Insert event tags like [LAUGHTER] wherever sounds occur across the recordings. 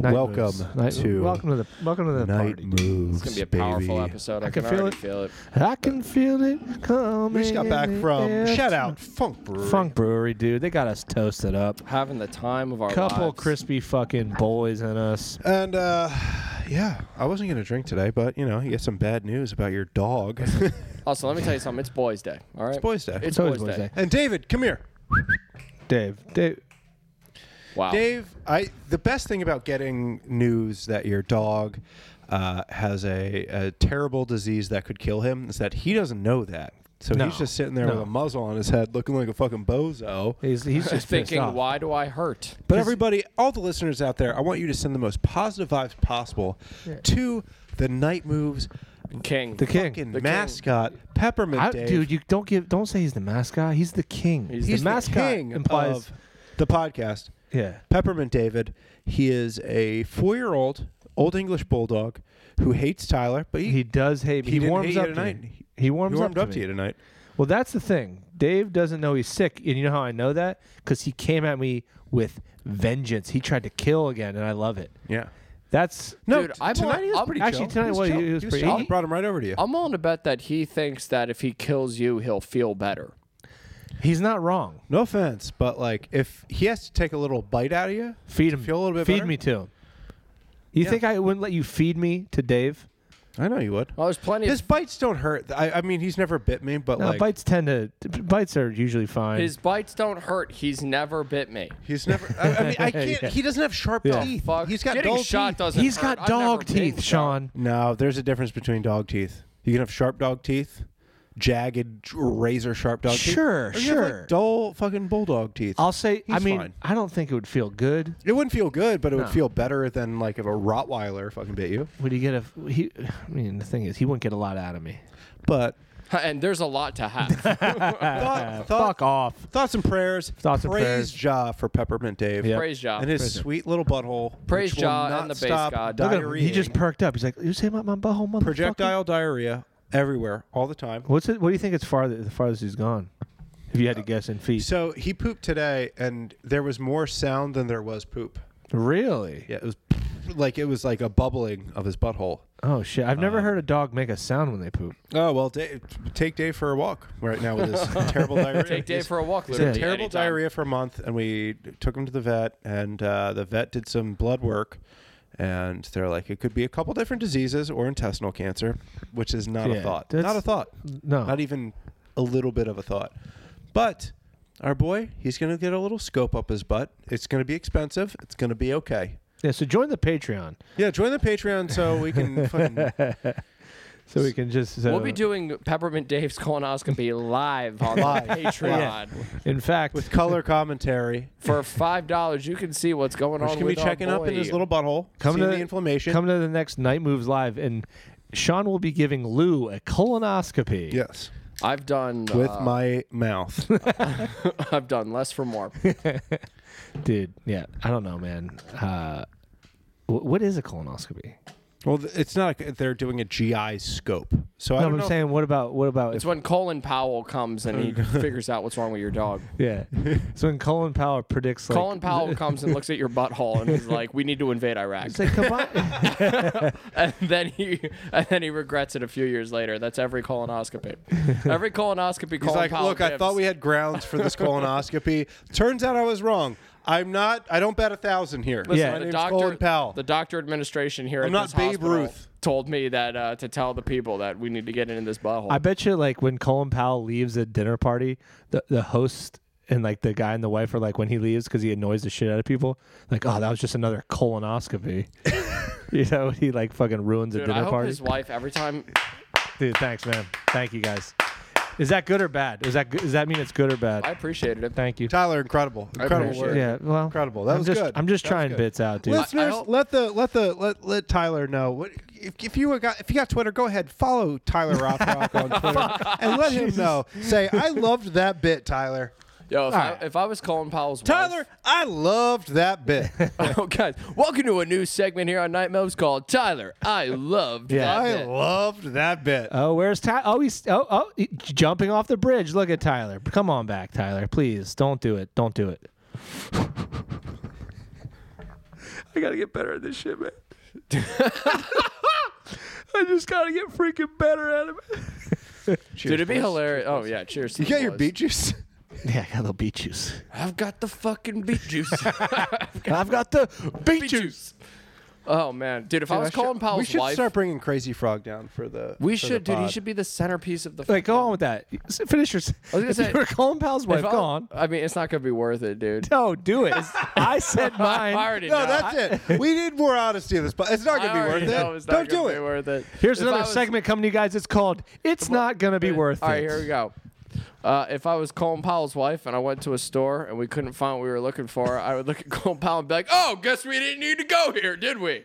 Night welcome moves. Night- to welcome to the welcome to the night party. moves. It's gonna be a powerful baby. episode. I, I can, can feel already it. feel it. I can feel it coming. We just got back in the from air. shout out Funk Brewery. Funk Brewery, dude. They got us toasted up. Having the time of our Couple lives. crispy fucking boys in us. And uh, yeah, I wasn't gonna drink today, but you know, you get some bad news about your [LAUGHS] dog. Also, let me tell you something. It's Boys Day. All right. [LAUGHS] It's Boys Day. It's So it's Boys, Boys Day. Day. and David, come here. Dave, Dave, Wow. Dave, I the best thing about getting news that your dog uh, has a, a terrible disease that could kill him is that he doesn't know that. So No. he's just sitting there with No. a muzzle on his head, looking like a fucking bozo. [LAUGHS] he's he's just Thinking, pissed off. why do I hurt? But everybody, all the listeners out there, I want you to send the most positive vibes possible to the Night Moves King. The king. fucking The king. mascot, Peppermint I- Dave. dude, you don't give don't say he's the mascot. He's the king. He's he's the mascot king implies of the podcast. yeah. Peppermint David. He is a four-year-old old English bulldog who hates Tyler, but he, He does hate me. He He, didn't hate warms you up to tonight. me. He- He warms warmed up, up to me. you tonight. Well, that's the thing. Dave doesn't know he's sick, and you know how I know that because he came at me with vengeance. He tried to kill again, and I love it. Yeah. That's No, Dude, t- I'm tonight on- he was I'm- pretty actually, chill. tonight he was, was- chill. he was pretty- chill. he- brought him right over to you. I'm willing to bet that he thinks that if he kills you, he'll feel better. he's not wrong. no offense, but like if he has to take a little bite out of you, Feed to him. feel a little bit Feed better? me to him. You Yeah. think I wouldn't let you feed me to Dave? I know you would. Well, there's plenty His of bites don't hurt. I, I mean, he's never bit me, but No, like bites tend to bites are usually fine. his bites don't hurt. He's never bit me. he's never. I, I mean, [LAUGHS] I can't. Yeah. He doesn't have sharp teeth. Fuck. He's got Getting dull shot teeth. doesn't he's hurt. got I've never dog been teeth, shot. Sean. No, there's a difference between dog teeth. You can have sharp dog teeth, jagged, razor sharp dog Sure, teeth. or you have, like, sure. dull fucking bulldog teeth. I'll say. I He's mean, fine. I don't think it would feel good. it wouldn't feel good, but it would No. feel better than like if a Rottweiler fucking bit you. Would he get a? He, I mean, the thing is, he wouldn't get a lot out of me. But [LAUGHS] And there's a lot to have. thought, thought, Fuck off. uh, Thoughts and prayers. Thoughts and Praise prayers. Jah for Peppermint Dave. Yeah. Praise Jah. And his sweet little butthole. Praise which will Jah not and the base stop god. Look at him. He just diarrheaing. perked up. He's like, "You say my my butthole, motherfucker." projectile diarrhea everywhere all the time. What's it? What do you think it's farther? The farthest he's gone. If you had to guess in feet. So he pooped today, and there was more sound than there was poop. Really? Yeah, it was like it was like a bubbling of his butthole. Oh shit! I've never heard a dog make a sound when they poop. Oh well, Dave, take Dave for a walk right now with [LAUGHS] his terrible diarrhea. Take Dave for a walk. He's literally had terrible anytime. diarrhea for a month, and we took him to the vet, and uh, the vet did some blood work, and they're like, it could be a couple different diseases or intestinal cancer, which is not a Yeah, thought, that's- not a thought, No. not even a little bit of a thought. But our boy, he's gonna get a little scope up his butt. It's gonna be expensive. It's gonna be okay. yeah. So join the Patreon Yeah, join the Patreon so we can [LAUGHS] fucking so we can just. uh, So, We'll be doing Peppermint Dave's colonoscopy live on Live. the Patreon. In fact, with color commentary. For five dollars, you can see what's going We're on. just gonna be with our checking up in boy. his little butthole, Come seeing to- the inflammation. come to the next night moves live, and Sean will be giving Lou a colonoscopy. yes, I've done with uh, my [LAUGHS] mouth. [LAUGHS] I've done less for more. Dude. Yeah. I don't know, man. Uh, wh- what is a colonoscopy? Well, th- it's not. A, they're doing a GI scope, so I No, don't but know. I'm saying, what about what about It's if, when Colin Powell comes and [LAUGHS] he figures out what's wrong with your dog. yeah? so when Colin Powell predicts like [LAUGHS] Colin Powell comes and looks at your butthole and he's like, "We need to invade Iraq." It's like combine. [LAUGHS] And then he and then he regrets it a few years later. That's [LAUGHS] every colonoscopy. Every colonoscopy. He's Colin like, Powell look, I gives." thought we had grounds for [LAUGHS] this colonoscopy. Turns out I was wrong. I'm not. I don't bet a thousand here. Listen, Yeah. my the name's doctor, Colin Powell. The doctor administration here I'm at not this Babe hospital Ruth. told me that uh, to tell the people that we need to get into this butthole. I bet you, like, when Colin Powell leaves a dinner party, the, the host and like the guy and the wife are like, when he leaves, because he annoys the shit out of people, like, oh, that was just another [LAUGHS] colonoscopy. you know, he like fucking ruins a Dude, I dinner hope party. his wife every time. Dude, thanks, man. Thank you guys. Is that good or bad? Is that good? does that mean it's good or bad? I appreciated it. Thank you. Tyler, incredible, incredible appreciate work. it. Yeah, well, Incredible. That I'm was just, good. I'm just That was trying good. bits out, dude. Listeners, hope- let the let the let let Tyler know. What, if, if you were got if you got Twitter, go ahead follow Tyler Rothrock [LAUGHS] on Twitter and let him know. Say I loved that bit, Tyler. Yo, if, I, right. if I was Colin Powell's Tyler, I loved that [LAUGHS] bit. wife, [LAUGHS] oh guys, welcome to a new segment here on Night Moves called Tyler. I loved Yeah. that. I bit." loved that bit. Oh, where's Tyler? Oh, he's oh oh he- jumping off the bridge. Look at Tyler. Come on back, Tyler. Please don't do it. Don't do it. I gotta get better at this shit, man. [LAUGHS] I just gotta get freaking better at it. Dude, it'd be hilarious. Oh yeah, cheers. to You the got your boys. beet juice? Yeah, I got a little beet juice. I've got the fucking beet [LAUGHS] juice. I've got the beet, juice. beet juice. Oh man, dude, if I Dude, was should- calling We Powell's should wife, start bringing Crazy Frog down for the. we for should, the dude. He pod. should be the centerpiece of the. Like, go on with that. S- Finish your. I gonna say- you were calling Pal's wife. If Go I'll- on. I mean, it's not gonna be worth it, dude. No, do it. [LAUGHS] I said I mine. already No, know. that's it. We need more honesty in this. But it's not I going to be already worth know it's it. not Don't gonna do be it. Worth it. Here's If I another was- segment coming to you guys. It's called "It's Not Gonna Be Worth All right, It." here we go. Uh, if I was Colin Powell's wife and I went to a store and we couldn't find what we were looking for, I would look at [LAUGHS] Colin Powell and be like, "Oh, guess we didn't need to go here, did we?"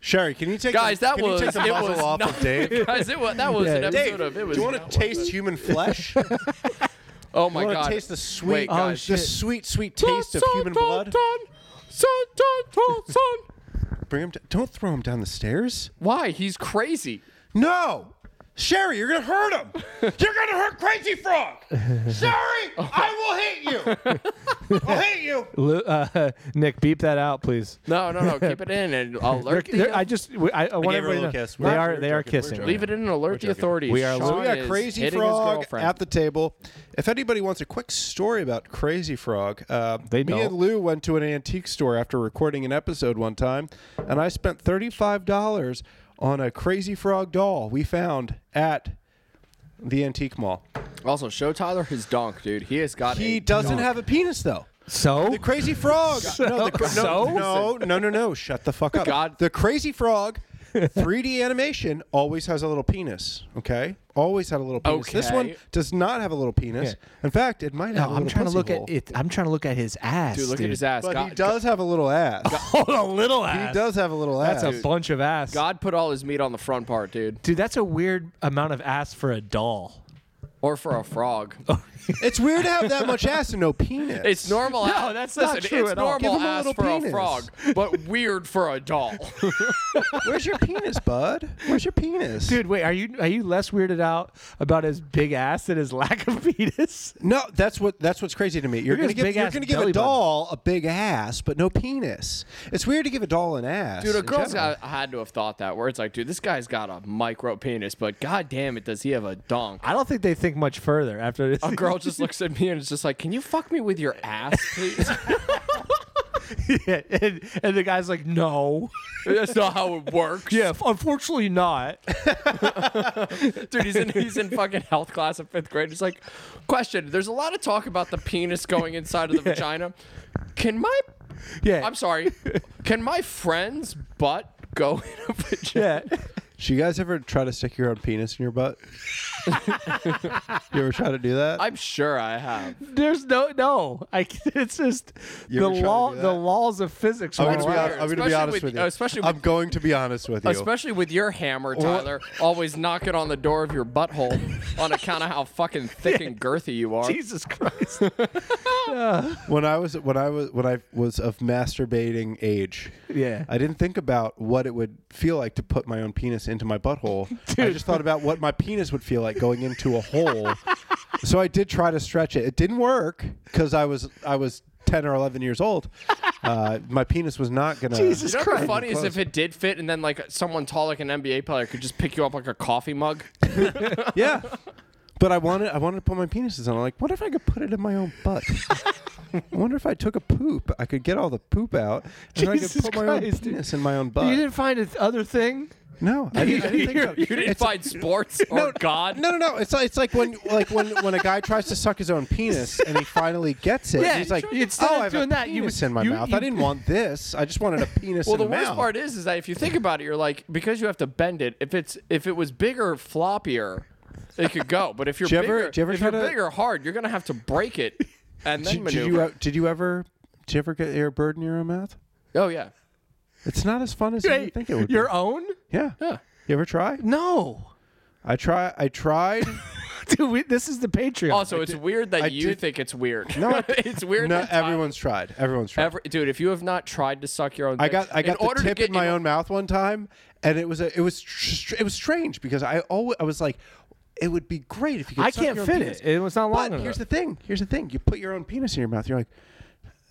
Sherry, can you take Guys, the, that can was you take the it muzzle was off not, of Dave? [LAUGHS] Guys, it was that was an Yeah. episode Dave, of it was. do you want not to taste human [LAUGHS] flesh? Do worth- Oh my you want god! to taste the sweet, Wait, Oh, guys. shit. the sweet, sweet taste of human blood? Bring him. d don't throw him down the stairs. Why? He's crazy. No, Sherry, you're gonna hurt [LAUGHS] him. you're gonna hurt Crazy Frog. Sherry, Oh. I will hit [LAUGHS] you. I'll hit you. Lu- uh, [LAUGHS] Nick, beep that out, please. No, no, no. keep it in and [LAUGHS] I'll They're- alert they're- the. I just w- I, I gave want her a everybody little to know kiss. they We're- are we're they are joking, we're kissing. joking. leave it in and alert the joking. authorities. We are- Sean So we got is Crazy hitting his Frog girlfriend. at the table. If anybody wants a quick story about Crazy Frog, uh, They me don't. and Lou went to an antique store after recording an episode one time, and I spent thirty-five dollars on a Crazy Frog doll we found at the antique mall. Also, show Tyler his donk, dude. He has got. He a doesn't have a penis though. So The Crazy Frog. [LAUGHS] no, the, cra- So? no, no, no, no, no. Shut the fuck up. God. The Crazy Frog 3D animation always has a little penis. Okay, always had a little penis. This Okay. one does not have a little penis. In fact, it might have. a I'm little trying to pussy look hole. at it. I'm trying to look at his ass. Dude, look at his ass. But God, he does have a little ass. [LAUGHS] Hold a little He ass. does have a little ass. That's a bunch of ass. God put all his meat on the front part, dude, Dude, that's a weird amount of ass for a doll. or for a [LAUGHS] frog. it's weird to have that much ass and no penis. It's normal. No, ass- that's not listen, true It's at all. Give normal him a ass little for a penis. frog, [LAUGHS] but weird for a doll. Where's your penis, bud? Where's your penis, Dude, wait, are you are you less weirded out about his big ass than his [LAUGHS] lack of penis? No, that's what that's what's crazy to me. You're Look at gonna his give big you're ass gonna give belly a button. doll a big ass, but no penis. It's weird to give a doll an ass. Dude, a in girl's general. got, had to have thought that. Where it's like, dude, this guy's got a micro penis, but god damn it, does he have a donk? I don't think they think much further after this. A girl just looks at me and is just like, "Can you fuck me with your ass, please?" [LAUGHS] Yeah, and, and the guy's like, no. [LAUGHS] That's not how it works. Yeah, f- unfortunately not. dude, he's in he's in fucking health class in fifth grade. He's like, question. There's a lot of talk about the penis going inside of [LAUGHS] the vagina. Can my Yeah. [LAUGHS] I'm sorry. Can my friend's butt go [LAUGHS] in a vagina? Yeah. [LAUGHS] Should you guys ever try to stick your own penis in your butt? you ever try to do that? I'm sure I have. There's no no. I [LAUGHS] c- it's just You the ever try to law do that? the laws of physics. I'm are gonna be, allowed. hon- I'm gonna be Especially honest with- with, you. especially I'm with- going to be honest with you. Especially with your hammer, Tyler, always knocking on the door of your butthole on account of [LAUGHS] how fucking thick and girthy you are. Jesus [LAUGHS] Christ. when I was when I was when I was of masturbating age, Yeah. I didn't think about what it would feel like to put my own penis into my butthole. I Dude. just thought about what my penis would feel like going into a [LAUGHS] hole. so I did try to stretch it. It didn't work because I was I was ten or eleven years old. Uh, my penis was not gonna. Jesus You know what's Christ. funny is if it did fit, and then like someone tall, like an NBA player, could just pick you up like a [LAUGHS] coffee mug. Yeah. [LAUGHS] But I wanted I wanted to put my penises on. I'm like, what if I could put it in my own butt? I wonder if I took a poop, I could get all the poop out, and then I could Jesus put my own Christ, dude. penis in my own You butt. didn't find its other thing? No, I didn't, I didn't think so. You didn't It's- [LAUGHS] find sports or God. No, no, no. It's like, it's like when like when when a guy tries to suck his own penis and he finally gets it. Yeah, he's like, instead oh, of I have doing a that, you- penis in my you- mouth. you- I didn't want this. I just wanted a [LAUGHS] penis. Well, in the a worst mouth. part is, is that if you think about it, you're like because you have to bend it. If it's if it was bigger, floppier, it could go. [LAUGHS] But if you're Do you ever- bigger, do you ever if try you're to- bigger, hard, you're gonna have to [LAUGHS] break it and Did, then did maneuver. you uh, did you ever did you ever get your bird in your own mouth? oh yeah, It's not as fun as you Hey, think it would. your be. own? Yeah. yeah. You ever try? No. [LAUGHS] I try. I [LAUGHS] tried. Dude, we, this is the Patreon. Also, it's weird that I you did- think it's weird. No, I- [LAUGHS] it's weird. no, that Tyler- everyone's tried. Everyone's tried. Every, dude, if you have not tried to suck your own, I dick- got I got in the order tip to get in my in- own mouth one time, and it was a, it was str- it was strange because I always I was like, it would be great if you. could I suck can't your own fit penis." it. It was not long But enough. here's the thing. Here's the thing. You put your own penis in your mouth. You're like,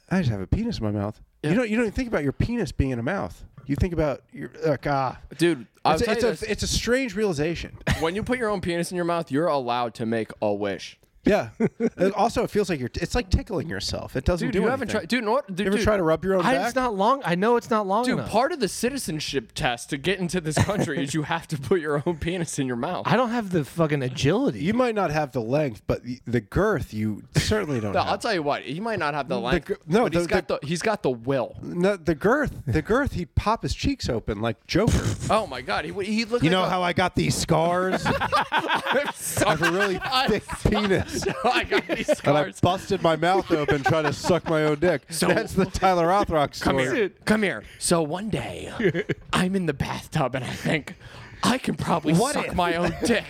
I just have a penis in my mouth. You don't you don't even think about your penis being in a mouth. You think about your like ah. Dude, I'll It's, a, tell it's, you this. a, it's a strange [LAUGHS] realization. when you put your own penis in your mouth, you're allowed to make a wish. Yeah. And also, it feels like you're. It's like tickling yourself. It doesn't Dude, do you haven't anything. tried. Dude, no, dude, You ever dude, try to rub your own I, back? it's not long. I know it's not long Dude, enough. part of the citizenship test to get into this country [LAUGHS] is you have to put your own penis in your mouth. I don't have the fucking agility. you might not have the length, but the, the girth you certainly don't. No, have. I'll tell you what. He might not have the length, gr- no, but he's the- got the, he's got the will. No, the girth, the girth, he'd pop his cheeks open like [LAUGHS] Joker. Oh my god, he would- he looked. You like know a, [LAUGHS] how I got these scars? I I'm have a sorry. really [LAUGHS] I'm thick [LAUGHS] penis. I [LAUGHS] got And these I scars. busted my mouth open trying to suck my own dick. So- That's the Tyler Rothrock Come story. here, come here. So one day, [LAUGHS] I'm in the bathtub and I think I can probably What suck if- my own [LAUGHS] dick.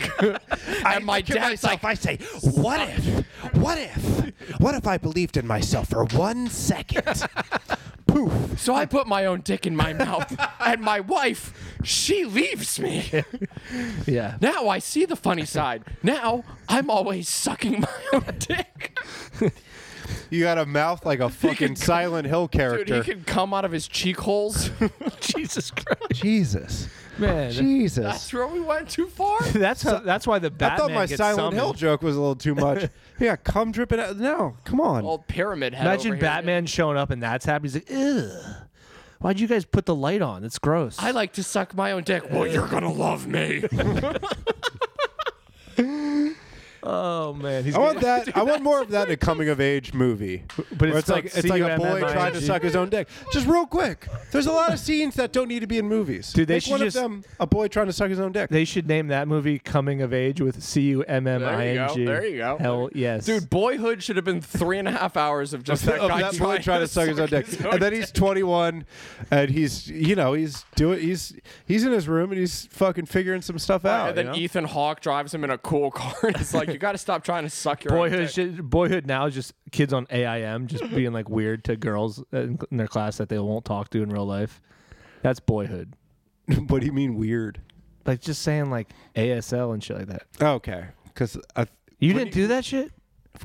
and my look at dad's myself, like, I say, what if? What if? What if I believed in myself for one [LAUGHS] second? Poof. So I put my own dick in my [LAUGHS] mouth, and my wife, she leaves [LAUGHS] me. [LAUGHS] yeah. Now I see [LAUGHS] the funny side. Now I'm always sucking my [LAUGHS] own dick. You got a mouth like a fucking Silent Hill Dude, character. he could come out of his [LAUGHS] cheek holes. Jesus Christ, Jesus. man. Jesus. That's where we went too far. That's how, that's why the I Batman thought my gets Silent summoned. Hill joke was a little too much. yeah, come dripping out. No, come on. Old pyramid head. over Imagine here. Batman showing up and that's happening. He's like, ugh. Why'd you guys put the light on? It's gross. I like to suck my own dick. Well, you're gonna love me. [LAUGHS] oh man, he's I gonna- want that. I want more of that in a coming of age movie. But Where it's like spelled it's like a boy C-U-M-M-I-N-G. trying to suck his own dick. Just real quick. There's a lot of scenes that don't need to be in movies. Dude, they Make should one just- of them a boy trying to suck his own dick. They should name that movie "Coming of Age" with C U M M I N G. There you go. Hell yes, Dude, boyhood should have been three and a half hours of just that of guy [LAUGHS] that boy trying to suck his own dick, and then he's 21, and he's you know he's doing he's he's in his room and he's fucking figuring some stuff out. And then you know? Ethan Hawke drives him in a cool car [LAUGHS] and it's like, you got to stop trying to suck your own Boyhood, dick. should, boyhood now is just kids on AIM [LAUGHS] just being like weird to girls in in their class that they won't talk to in real life. That's boyhood. [LAUGHS] what do you mean weird? Like just saying like ASL and shit like that. Okay, because of You didn't do that shit.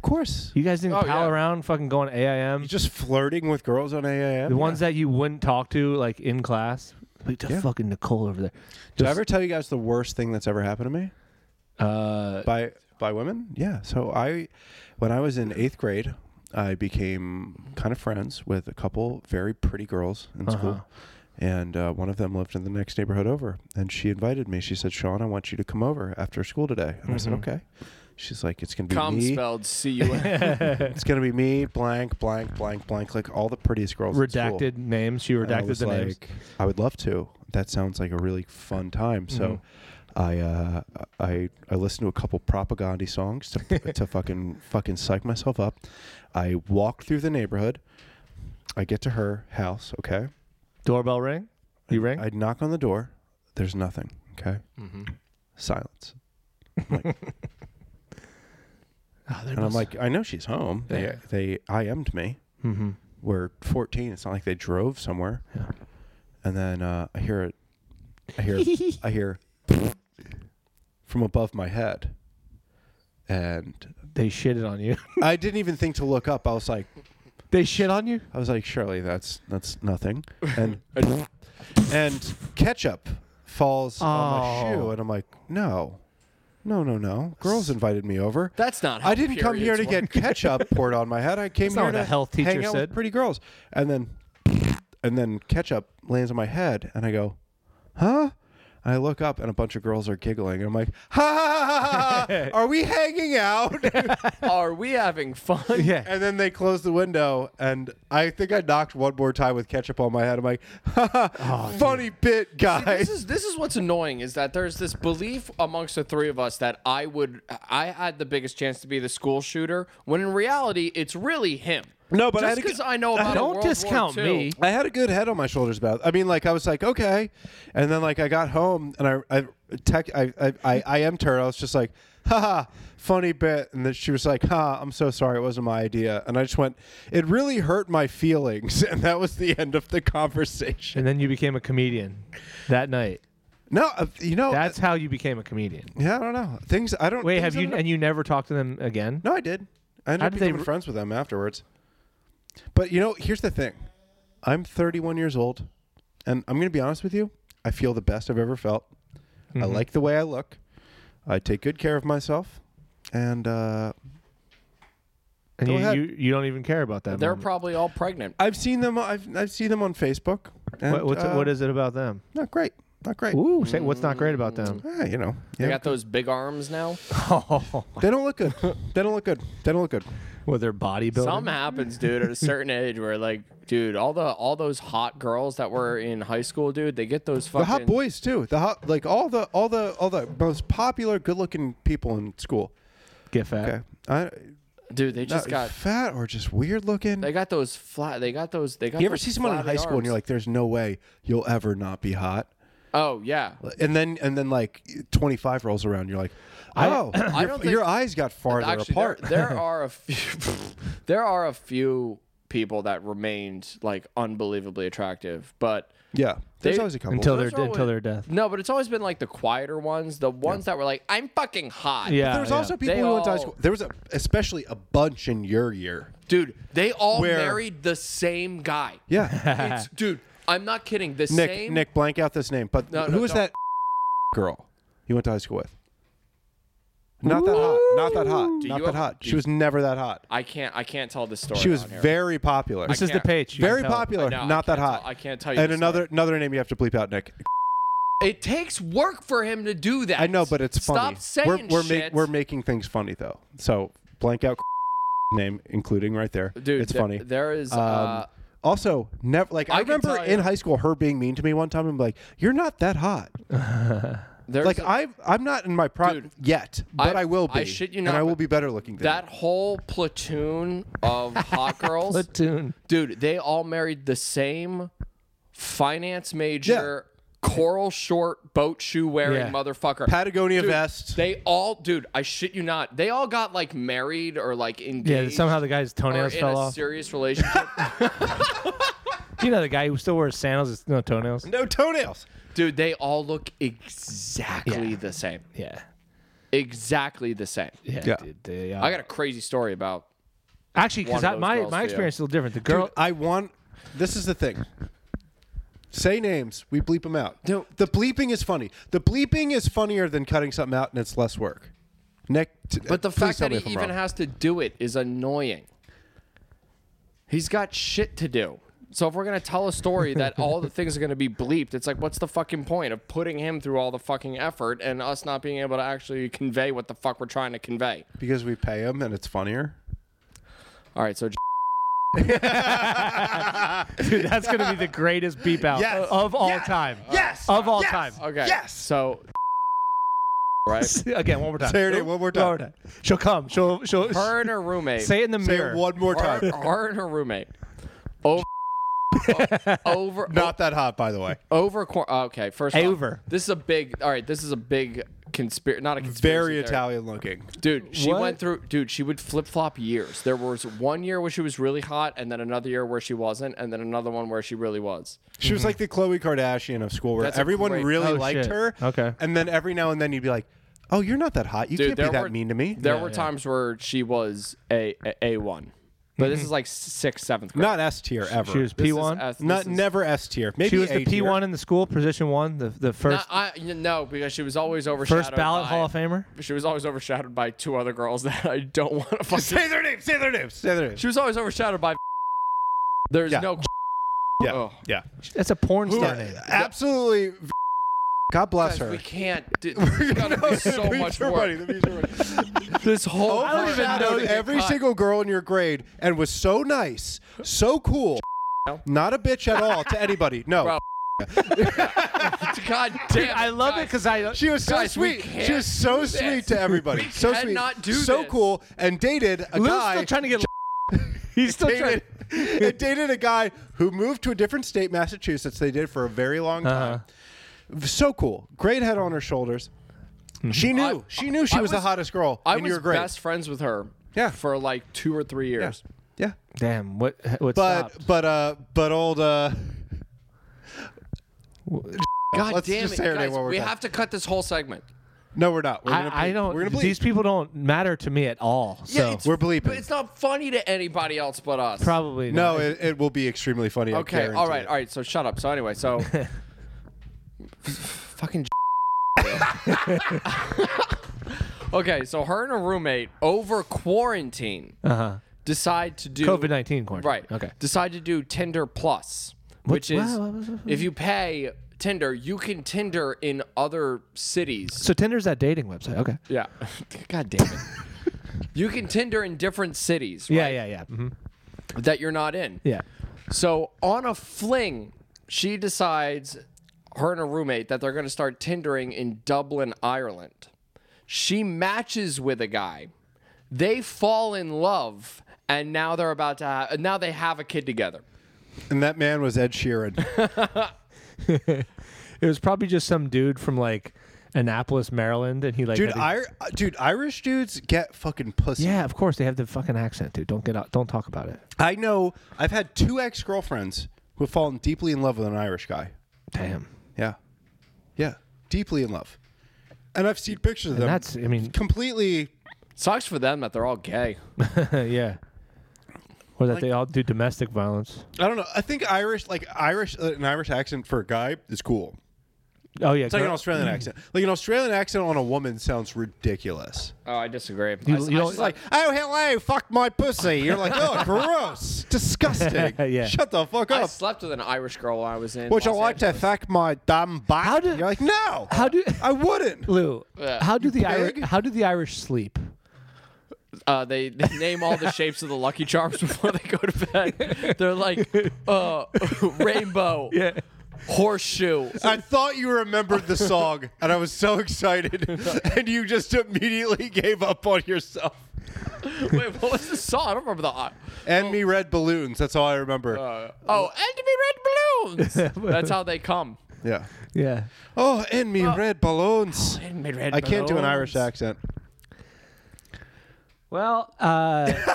course You guys didn't Oh, pal yeah. around, fucking going AIM. he's just flirting with girls on AAM. The ones that you wouldn't talk to, like in class. Like the fucking Nicole over there. Did I ever tell you guys the worst thing that's ever happened to me? Uh, by by women yeah so i when i was in eighth grade i became kind of friends with a couple very pretty girls in Uh-huh. school and uh, one of them lived in the next neighborhood over and she invited me she said sean i want you to come over after school today and i said Mm-hmm. okay she's like it's gonna be Cum me spelled C U M. it's gonna be me blank blank blank blank like all the prettiest girls in school. redacted names. She And I redacted was the names. like, I would love to. That sounds like a really fun time. So, Mm-hmm. I uh, I I listened to a couple propaganda songs to [LAUGHS] to fucking fucking psych myself up. I walked through the neighborhood. I get to her house. Okay, Doorbell ring? You ring? I knock on the door. There's nothing. Okay, Mm-hmm. silence. And I'm like, I know she's home. They Yeah. they IM'd me. mm-hmm. We're 14. It's not like they drove somewhere. Yeah. And then uh, I hear it. I [LAUGHS] hear. I hear from above my head, and They shitted on you. I didn't even think to look up. I was like, [LAUGHS] they shit on you? I was like, surely that's that's nothing. [LAUGHS] And [LAUGHS] and ketchup falls on my Oh. shoe, and I'm like, no, no, no, no. Girls invited me over. That's not how I didn't come here to periods get ketchup poured on my head. [LAUGHS] I came That's not here what to a health teacher hang out said. with pretty girls. And then [LAUGHS] and then ketchup lands on my head and I go, "Huh?" And I look up and a bunch of girls are giggling. And I'm like, "Ha ha ha, ha, ha! [LAUGHS] Are we hanging out?" [LAUGHS] work. Are we having fun? Yeah. and then they close the window and I think I knocked one more time with ketchup on my head. I'm like, "Ha ha, Oh, funny bit, guys." This is this is what's annoying is that there's this belief amongst the three of us that I would I had the biggest chance to be the school shooter when in reality it's really him. No, but I just had a because good- I know about Don't World discount War II, me. I had a good head on my shoulders about. I mean, like I was like, okay, and then like I got home and I I tech I I I, I am her. I was just like, haha, funny bit, and then she was like, ha, I'm so sorry, it wasn't my idea, and I just went, it really hurt my feelings, [LAUGHS] and that was the end of the conversation. And then you became a comedian that night. No, uh, you know, That's how you became a comedian. yeah, I don't know things. I don't. Wait, things have you ended up- and you never talked to them again? no, I did. I ended How up did they becoming re- friends with them afterwards. But you know, here's the thing. I'm 31 years old, and I'm going to be honest with you. I feel the best I've ever felt. I Mhm. like the way I look. I take good care of myself, and uh, And Go you, ahead. you you don't even care about that. They're moment. probably all pregnant. I've seen them. I've I've seen them on Facebook. And, What, what's it- uh, what is it about them? not great? Not great. Ooh, say what's not great about them? Ah, you know, They yeah. got those big arms now. [LAUGHS] Oh, they don't look good. they don't look good. They don't look good. with their bodybuilding. Something happens, dude, at a certain age where like, dude, all the all those hot girls that were in high school, dude, they get those fucking The hot boys too. The hot like all the all the all the most popular, good-looking people in school. Get fat. Okay, I dude, they just not got fat or just weird-looking. they got those flat they got those they got You ever those see someone in high flabby school and you're arms. like, "There's no way you'll ever not be hot," Oh yeah. and then and then like 25 rolls around, you're like, "Oh, [COUGHS] I your, don't think- your eyes got farther Actually, there- apart." [LAUGHS] [LAUGHS] There, are a few. [LAUGHS] there are a few people that remained like unbelievably attractive, but yeah, there's They- always a couple. Until Those their are until always- their death. no. But it's always been like the quieter ones, the ones that were like, "I'm fucking hot." Yeah. there was yeah. also people They who went to high all- school. There was a, especially a bunch in your year. dude. They all Where- married the same guy. [LAUGHS] Yeah, It's- dude, I'm not kidding. The Nick, same. Nick, blank out this name. But No, who no, was don't. that [LAUGHS] girl you went to high school with? Not that hot. Not that hot. Do Not you that ever- hot. do She you- was never that hot. I can't. I can't tell the story. She was on here. very popular. This is the can't- page. You can Very tell. popular. I know, I Not that can't hot. tell- I can't tell you And the another another name you have to bleep out, Nick. It takes work for him to do that. I know, but it's funny. Stop saying we're we're, ma- shit. we're making things funny though. So blank out [LAUGHS] name, including right there. dude. it's there- funny. There is. Um, uh, also, never like I, I can remember tell in you- high school her being mean to me one time. I'm like, you're not that hot. there's Like a- i am I'm not in my prime Dude, yet, but I, I- will be. I shit you and not, I will but be better looking. Than That you. whole platoon [LAUGHS] of hot girls, Platoon. dude, they all married the same finance major, coral short, boat shoe wearing Yeah. motherfucker. Patagonia Dude, vest. They all, dude, I shit you not. They all got like married or like engaged. Yeah, somehow the guy's or toenails in fell a off. [LAUGHS] serious relationship. You know the guy who still wears sandals, it's no toenails. no toenails. dude, they all look exactly the same. Yeah. Exactly the same. Yeah. Yeah. dude, they, uh, I got a crazy story about. actually, because one of those my, girls my for you. experience is a little different. The girl, [LAUGHS] Dude, I want. This is the thing. Say names. We bleep them out. No. The bleeping is funny. The bleeping is funnier than cutting something out, and it's less work. Nick, t- But the please fact tell that me he if I'm even wrong. has to do it is annoying. He's got shit to do. So if we're gonna tell a [LAUGHS] story that all the things are gonna be bleeped, it's like, what's the fucking point of putting him through all the fucking effort and us not being able to actually convey what the fuck we're trying to convey? because we pay him, and it's [LAUGHS] funnier. All right, so j- dude, that's going to be the greatest beep [LAUGHS] out Yes. of all time. Yes. Of all Yes. time. okay, Yes! so [LAUGHS] right, [LAUGHS] Again, one more time. Say it one more time. She'll come. She'll she'll her and her roommate, say it in the Say mirror. it one more [LAUGHS] her, time. her and [LAUGHS] her roommate, over, o- over, Not that hot, by the way. Over cor- oh, okay, first off, Over. This is a big. All right, this is a big conspiracy. Not a conspiracy. Very theory. Italian looking. Dude, she What? went through. Dude, she would flip flop years. There was one year where she was really hot, and then another year where she wasn't, and then another one where she really was. She was like the Khloe Kardashian of school, where That's a everyone great- really Mm-hmm. Oh, liked shit. her. Okay. And then every now and then you'd be like, "Oh, you're not that hot. You Dude, can't be that were, mean to me." There were yeah. times where she was a a one, but Mm-hmm. this is like sixth, seventh grade. Not S tier ever. She was This is P1. as- this not is- never S tier. Maybe She was A the tier. [LAUGHS] P1 in the school, position one, the, the Not, first I, no, because she was always overshadowed. first ballot by, Hall of Famer. She was always overshadowed by two other girls [LAUGHS] that I don't want to fucking. Say their names. Say their names. Say their names. She was always overshadowed by. There's Yeah. no. Yeah. Oh. Yeah. That's a porn [LAUGHS] Yeah, star name. Absolutely. God bless Guys, her. we can't. [LAUGHS] Do, there's gotta be so The much bees are work. ready, the bees are [LAUGHS] ready. This whole I don't even know Overshadowed that- every Cut. single girl in your grade and was so nice, so cool. [LAUGHS] Not a bitch at all to anybody. No. Bro. God damn! it, I love it guys. because I She was so Guys, we sweet. can't She was so do this. sweet to everybody. We so sweet. cannot do so this. cool and dated a Lou's guy. still trying to [LAUGHS] get. He's still trying. dated, [LAUGHS] and dated a guy who moved to a different state, Massachusetts. They did for a very long Uh-huh. time. So cool, great head on her shoulders. She knew. Mm-hmm. I- she knew she I was, the was- hottest girl I in was your grade. best friends with her. Yeah. For like two or three yeah. years. yeah, Damn. What? What? but stopped? but uh, but old [LAUGHS] uh, God Let's damn just it, say her name guys! one more We time. have to cut this whole segment. No, we're not. We're gonna bleep. I, I don't. We're gonna bleep. these people don't matter to me at all. So it's- We're bleeping. But it's not funny to anybody else but us. probably no, not. it, it will be extremely funny. I Okay. guarantee All right. it. All right. So shut up. So anyway. So [LAUGHS] fucking. [LAUGHS] okay. So her and her roommate over quarantine Uh huh. decide to do COVID nineteen quarantine. Right. Okay. Decide to do Tinder Plus, which is wow, wow, wow, if you pay Tinder, you can Tinder in other cities. So Tinder's that dating website. Okay. Yeah. [LAUGHS] God damn it. you can Tinder in different cities [LAUGHS] Yeah, yeah, yeah. Mm-hmm. hmm that you're not in. Yeah. So on a fling, she decides her and her roommate that they're going to start Tindering in Dublin, Ireland. She matches with a guy. They fall in love, and now they're about to have, now they have a kid together. And that man was Ed [LAUGHS] Sheeran. It was probably just some dude from like Annapolis, Maryland, and he like dude, had to- I, dude, Irish dudes get fucking pussy. yeah, of course they have the fucking accent, dude. Don't get out. Don't talk about it. I know. I've had two ex girlfriends who have fallen deeply in love with an Irish guy. Damn. Yeah, yeah, deeply in love. And I've seen pictures of Um, them. that's- I mean- [LAUGHS] completely. Sucks for them that they're all gay. yeah. Or that they all do domestic violence. I don't know. I think Irish, like Irish, uh, an Irish accent for a guy is cool. Oh yeah. It's like an girl- Australian accent. Like an Australian accent on a woman sounds ridiculous. Oh, I disagree. You- I, you I don't- just Like, oh hello, fuck my pussy. You're like, [LAUGHS] oh gross, disgusting. Yeah. Shut the fuck I up. slept with an Irish girl while I was in. Would you Los like to Angeles. fuck my dumb back? How do- You're like, no. How do I wouldn't. Lou? Yeah. How do the pig? Irish? How do the Irish sleep? Uh, they, they name all the shapes of the Lucky Charms [LAUGHS] before they go [LAUGHS] to bed. They're like uh, [LAUGHS] rainbow, [LAUGHS] horseshoe, I thought you remembered the song, [LAUGHS] and I was so excited, [LAUGHS] and you just immediately [LAUGHS] gave up on yourself. Wait, what was the song? I don't remember the. Uh, And me red balloons. That's all I remember. Uh, oh, [LAUGHS] and to be red balloons. That's how they come. yeah. Yeah. Oh, and me red balloons. And made red I can't do an balloons. Irish accent. Well, uh, [LAUGHS]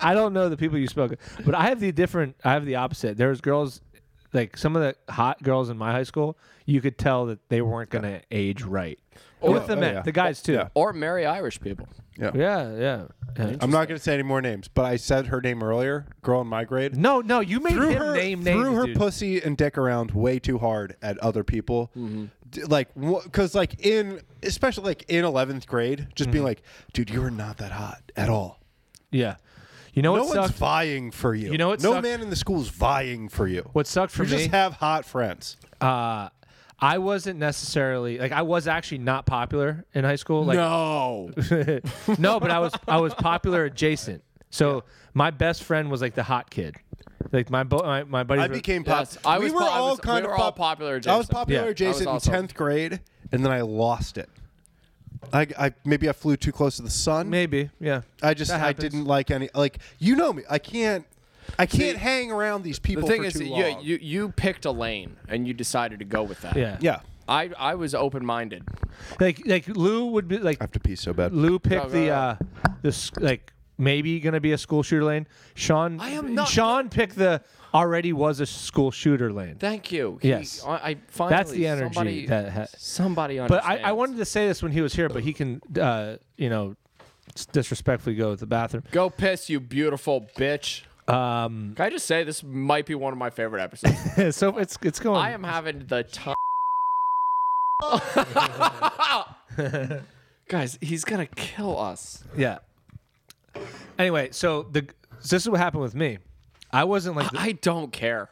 I don't know the people you spoke, of, but I have the different. I have the opposite. There's girls, like some of the hot girls in my high school. You could tell that they weren't going to age right. With the oh, men, yeah. the guys too. Yeah. Or marry Irish people. Yeah, yeah. yeah. I'm not going to say any more names, but I said her name earlier. Girl in my grade. No, no. You made threw him her, name threw names. her dude. pussy and dick around way too hard at other people. Mm-hmm. D- Like, because like in especially like in eleventh grade, just Mm-hmm. being like, dude, you are not that hot at all. Yeah. You know No what one's sucked? vying for you. You know what No sucked? man in the school is vying for you. What sucked for you me? just have hot friends. uh, I wasn't necessarily like I was actually not popular in high school. Like no. no, but I was I was popular adjacent. So my best friend was like the hot kid, like my bo- my my buddy. I became popular. Yes, I was we were po- I all was- we kind were of all popular I was adjacent. popular Yeah. I was adjacent also- in tenth grade, and then I lost it. I, I maybe I flew too close to the sun. maybe yeah. I just That I happens. didn't like any like you know me. I can't I can't See, hang around these The people. [LAUGHS] thing for is, too yeah, long. you you picked a lane and you decided to go with that. yeah yeah. I I was open minded. Like like Lou would be like I have to pee so bad. Lou picked No, go the uh ahead. the s- like maybe gonna be a school shooter lane. Sean I am not- Sean picked the already was a school shooter lane. Thank you. He- Yes. I, I finally That's the energy somebody, that ha- somebody But understands. I, I wanted to say this when he was here, but he can uh you know s- disrespectfully go to the bathroom. go piss, you beautiful bitch. Um [LAUGHS] Can I just say this might be one of my favorite episodes? so it's it's going I am having [LAUGHS] the time. [LAUGHS] Guys, he's gonna kill us. yeah. Anyway, so the so this is what happened with me. I wasn't like the, I don't care.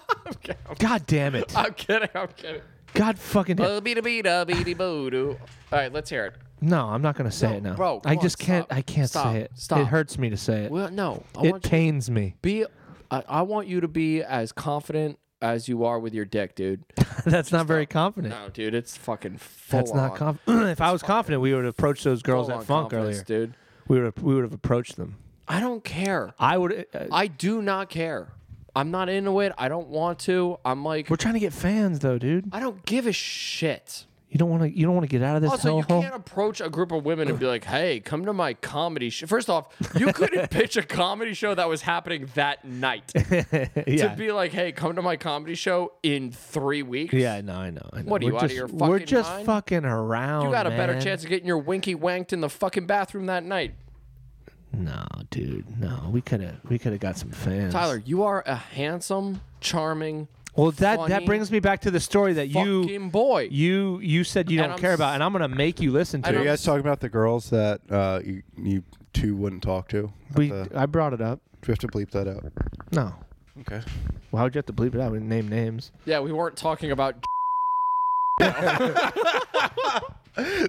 [LAUGHS] God damn it. I'm kidding. I'm kidding. God fucking damn. Uh, beeda beeda beedy boo doo. All right, let's hear it. No, I'm not gonna say it now. bro, I come just on, can't. stop. I can't Stop, say it. stop. It hurts me to say it. Well, no, I it want you pains [LAUGHS] me. [LAUGHS] be. I, I want you to be as confident as you are with your dick, dude. That's not very confident. No, dude, it's fucking full That's not on- confident. [CLEARS THROAT] if I was confident, we would have approached those girls full on at Funk confidence, earlier. dude. We would have, we would have approached them. I don't care. I would. Uh, I do not care. I'm not into it. I don't want to. I'm like, we're trying to get fans though, dude. I don't give a shit. You don't want to. You don't want to get out of this Also, Oh, you hellhole. can't approach a group of women and be like, "Hey, come to my comedy show." First off, [LAUGHS] you couldn't pitch a comedy show that was happening that night. [LAUGHS] yeah. To be like, "Hey, come to my comedy show in three weeks." yeah. No, I know. I know. What, are we're you out of just, your We're fucking just mind? fucking around. you got a better Oh, man. chance of getting your winky wanked in the fucking bathroom that night. No, dude. No, we could have. We could have got some fans. Tyler, you are a handsome, charming, Well, that that funny brings me back to the story that you fucking boy. you you said you And don't I'm care s- about, and I'm gonna make you listen to I Are it. you don't- guys talking about the girls that uh, you, you two wouldn't talk to? at We, the, do I brought it up. we have to bleep that out? No. Okay. Well, how'd you have to bleep it out? We didn't name [LAUGHS] names. yeah, we weren't talking [LAUGHS] about. [LAUGHS]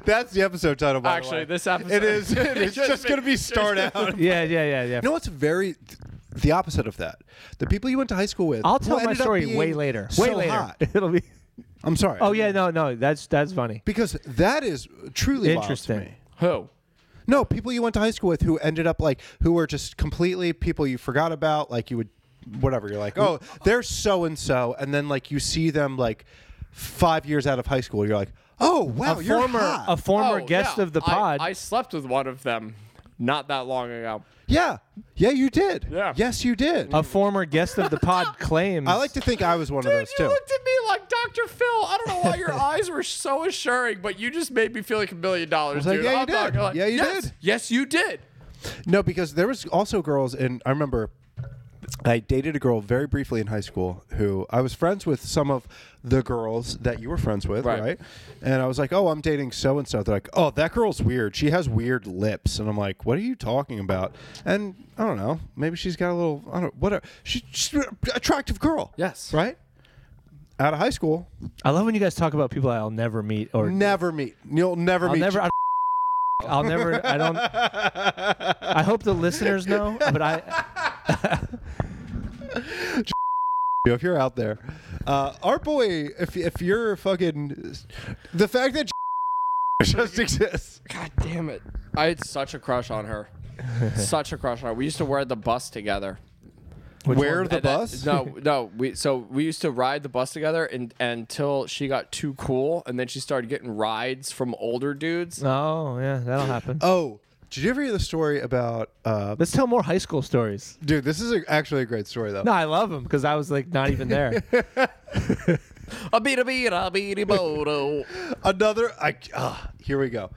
That's the episode title. By Actually, the way. this episode it [LAUGHS] [LAUGHS] is. [LAUGHS] It's should just going to be start [LAUGHS] out. Yeah, yeah, yeah, yeah. You know what's very th- the opposite of that? The people you went to high school with. I'll who tell my ended up story being way later. so way later. hot. [LAUGHS] It'll be. I'm sorry. Oh yeah, no, no. That's that's funny. Because that is truly Interesting. Wild to me. Who? No, people you went to high school with who ended up like who were just completely people you forgot about. Like you would, whatever. You're like, oh, they're so and so, and then like you see them like five years out of high school. You're like, oh wow, a you're former hot. a former Oh, guest yeah, of the I- pod. I slept with one of them not that long ago. yeah, yeah, you did. Yeah. Yes, you did. a former guest of the [LAUGHS] pod claims. I like to think I was one of Dude, those you too. looked at me like Dr. Phil. I don't know why your [LAUGHS] eyes were so assuring, but you just made me feel like a million dollars, I was like, dude. yeah, you I'm not did. gonna lie. Yeah, you yes, did. Yes, you did. No, because there was also girls, and I remember I dated a girl very briefly in high school who I was friends with some of the girls that you were friends with, Right. right? And I was like, "Oh, I'm dating so and so." They're like, "Oh, that girl's weird. She has weird lips." And I'm like, "What are you talking about?" And I don't know. Maybe she's got a little. I don't. Whatever. She's just an attractive girl. Yes. Right. Out of high school, I love when you guys talk about people I'll never meet or never meet. You'll never I'll meet. never. I don't- I'll never. I don't. [LAUGHS] I hope the listeners know, but I. you if you're out there. Uh, our boy, if, if you're fucking, the fact that [LAUGHS] just exists. God damn it. I had such a crush [LAUGHS] on her. such a crush on her. We used to ride the bus together. Where the And that- bus? no, no. We so we used to ride the bus together and, until she got too cool, and then she started getting rides from [LAUGHS] older dudes. Oh yeah, that'll happen. [LAUGHS] Oh, did you ever hear the story about? Uh, Let's tell more high school stories. dude, this is a, actually a great story though. No, I love them because I was like not even there. A beat a beat a beat a bodo. Another. I ah, here we go.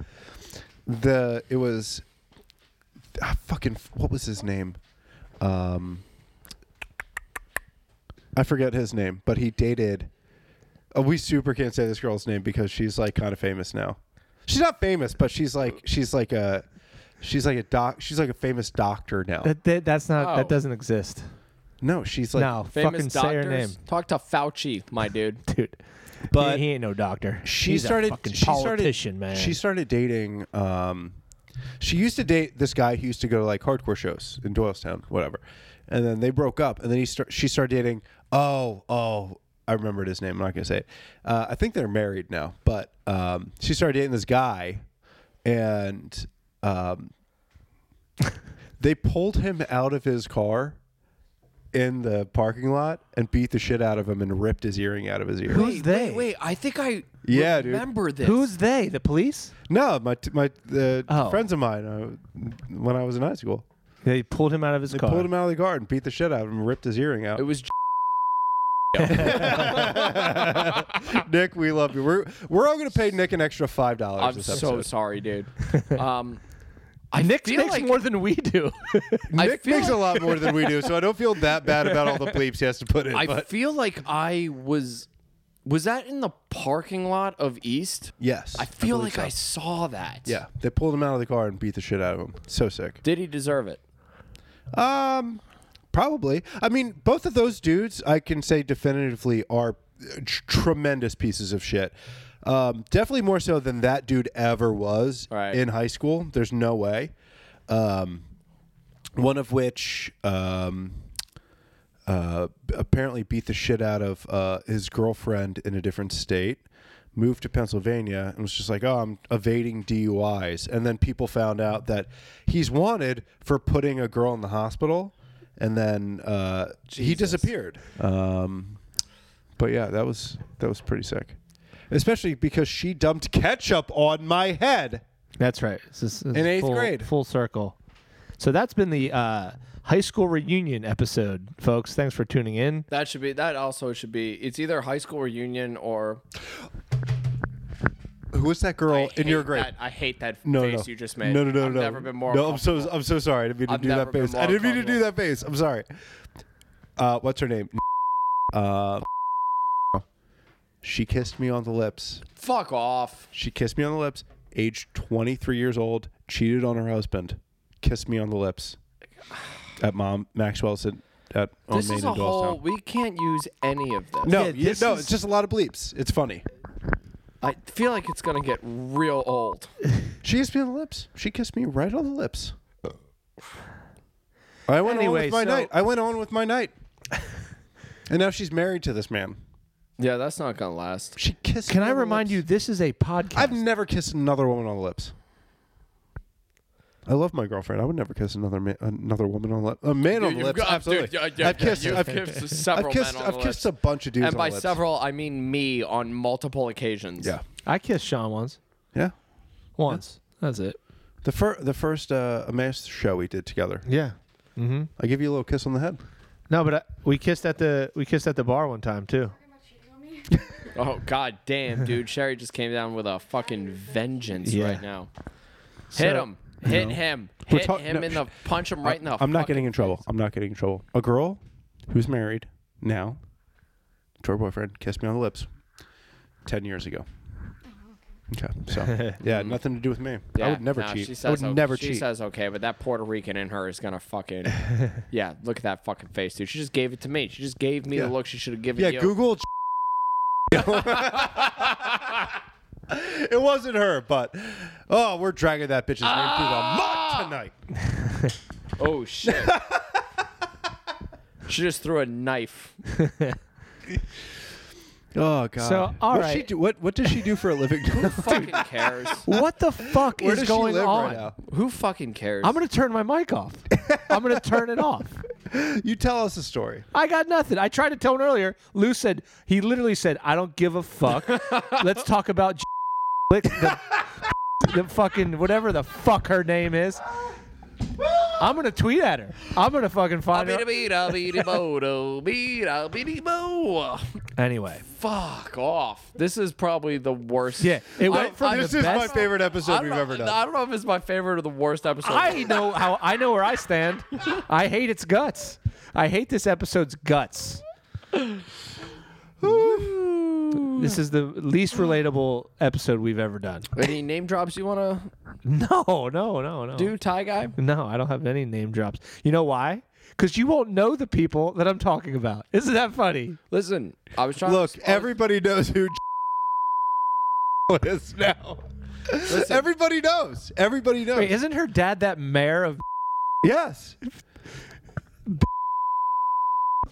The it was, ah, fucking what was his name? Um, I forget his name, but he dated. Oh, we super can't say this girl's name because she's like kind of famous now. She's not famous, but she's like she's like a she's like a doc she's like a famous doctor now. [LAUGHS] that, that that's not Oh. that doesn't exist. no, she's like no, Famous fucking say doctors. her name, Talk to Fauci, my dude. dude. But- he, he ain't no doctor. she He's a started fucking she politician, started, man. She started dating um she used to date this guy who used to go to like hardcore shows in Doylestown, whatever. And then they broke up and then he start, she started dating oh, oh, I remembered his name, I'm not gonna say it. Uh, I think they're married now, but um she started dating this guy and um [LAUGHS] they pulled him out of his car in the parking lot and beat the shit out of him and ripped his earring out of his ear. Who's wait, they? Wait, wait, I think I Yeah, dude. remember this. Who's they? The police? No, my t- my the Oh. friends of mine uh, when I was in high school, They pulled him out of his they car. pulled him out of the garden, beat the shit out of him, ripped his earring out. It was. [LAUGHS] Nick, we love you. We're we're all gonna pay Nick an extra five dollars. I'm This so episode. [LAUGHS] sorry, dude. Um, I Nick feel makes like, more than we [LAUGHS] do. I Nick feel makes a lot more than we do, so I don't feel that bad about all the bleeps he has to put in. I but feel like I was. Was that in the parking lot of East? yes, I feel believe like so. I saw that. yeah. They pulled him out of the car and beat the shit out of him. So sick. Did he deserve it? Um, probably. I mean, both of those dudes, I can say definitively, are uh, tr- tremendous pieces of shit. Um, definitely more so than that dude ever was Right. in high school. There's no way. Um, one of which um, uh, apparently beat the shit out of uh, his girlfriend in a different state. Moved to Pennsylvania and was just like, "Oh, I'm evading DUIs." And then people found out that he's wanted for putting a girl in the hospital, and then uh, he disappeared. Um, but yeah, that was that was pretty sick. especially because she dumped ketchup on my head. That's right. This is- this is In eighth full- grade. Full circle. So that's been the uh, high school reunion episode, folks. Thanks for tuning in. That should be. That also should be. It's either high school reunion or Who was that I girl in hate your grade? That, I hate that No, face no. you just made. No, no, no, I've no. Never been more. No, I'm so I'm so sorry. I didn't mean to I've do that never been face. more I didn't mean to do uncomfortable. that face. I'm sorry. Uh, what's her name? Uh, she kissed me on the lips. Fuck off. She kissed me on the lips. Age 23 years old. Cheated on her husband. Kissed me on the lips. At mom Maxwell's at, at on This Main is in a whole. Doylestown. We can't use any of this. No, Yeah, yeah, this no, is- it's just a lot of bleeps. It's funny. I feel like it's gonna get real old. She kissed me on the lips. She kissed me right on the lips. I went on Anyway, with my so- night. I went on with my night. and now she's married to this man. Yeah, that's not gonna last. She kissed. Can me I on the remind you, lips. this is a podcast. I've never kissed another woman on the lips. I love my girlfriend. I would never kiss another ma- another woman on the lips. A man on the lips, absolutely. I've kissed. I've, kissed several I've kissed. men on I've the kissed lips. a bunch of dudes. and on by the lips. several, I mean me on multiple occasions. Yeah. I kissed Sean once. Yeah. Once. That's it. The first the first uh, Emmaus show we did together. Yeah. Mm-hmm. I give you a little kiss on the head. No, but I, we kissed at the we kissed at the bar one time too. Oh god [LAUGHS] damn, dude. Sherry just came down with a fucking vengeance Yeah. right now. Hit So- him. Hit him. We're Hit talk- him no, in the punch him right in the I'm not getting fucking in trouble. face. I'm not getting in trouble. A girl who's married now to her boyfriend kissed me on the lips 10 years ago. Okay. So, yeah, nothing to do with me. Yeah, I would never nah, cheat. She says, I would o- never she cheat. says okay, but that Puerto Rican in her is gonna [LAUGHS] fucking Yeah, look at that fucking face, dude. She just gave it to me. She just gave me Yeah. the look she should have given yeah, you. Google. it wasn't her, but oh, we're dragging that bitch's name through the mud tonight. [LAUGHS] Oh shit. [LAUGHS] she just threw a knife. Oh God. So, all What's She right. do, what what does she do for a living? [LAUGHS] fucking cares? What the fuck Where is does she going live on? right now? Who fucking cares? I'm gonna turn my mic off. I'm gonna turn it off. [LAUGHS] You tell us a story. I got nothing. I tried to tell him earlier. Lou said he literally said, "I don't give a fuck." Let's talk about [LAUGHS] the, the fucking whatever the fuck her name is. I'm gonna tweet at her. I'm gonna fucking find her. [LAUGHS] Anyway, Fuck off. This is probably the worst. yeah, it went I- from I- the This is my best. favorite I episode don't we've know- ever done. I don't know if it's my favorite or the worst episode. I know how I know where I stand. I hate its guts. I hate this episode's guts. this is the least relatable episode we've ever done. Any name drops you want to No, no, no, no. do, Ty Guy? [LAUGHS] No, I don't have any name drops. You know why? Because you won't know the people that I'm talking about. Isn't that funny? Listen, I was trying Look, to. I was- everybody knows who [LAUGHS] is now. Everybody knows. Everybody knows. Wait, isn't her dad that mayor [LAUGHS] of? yes.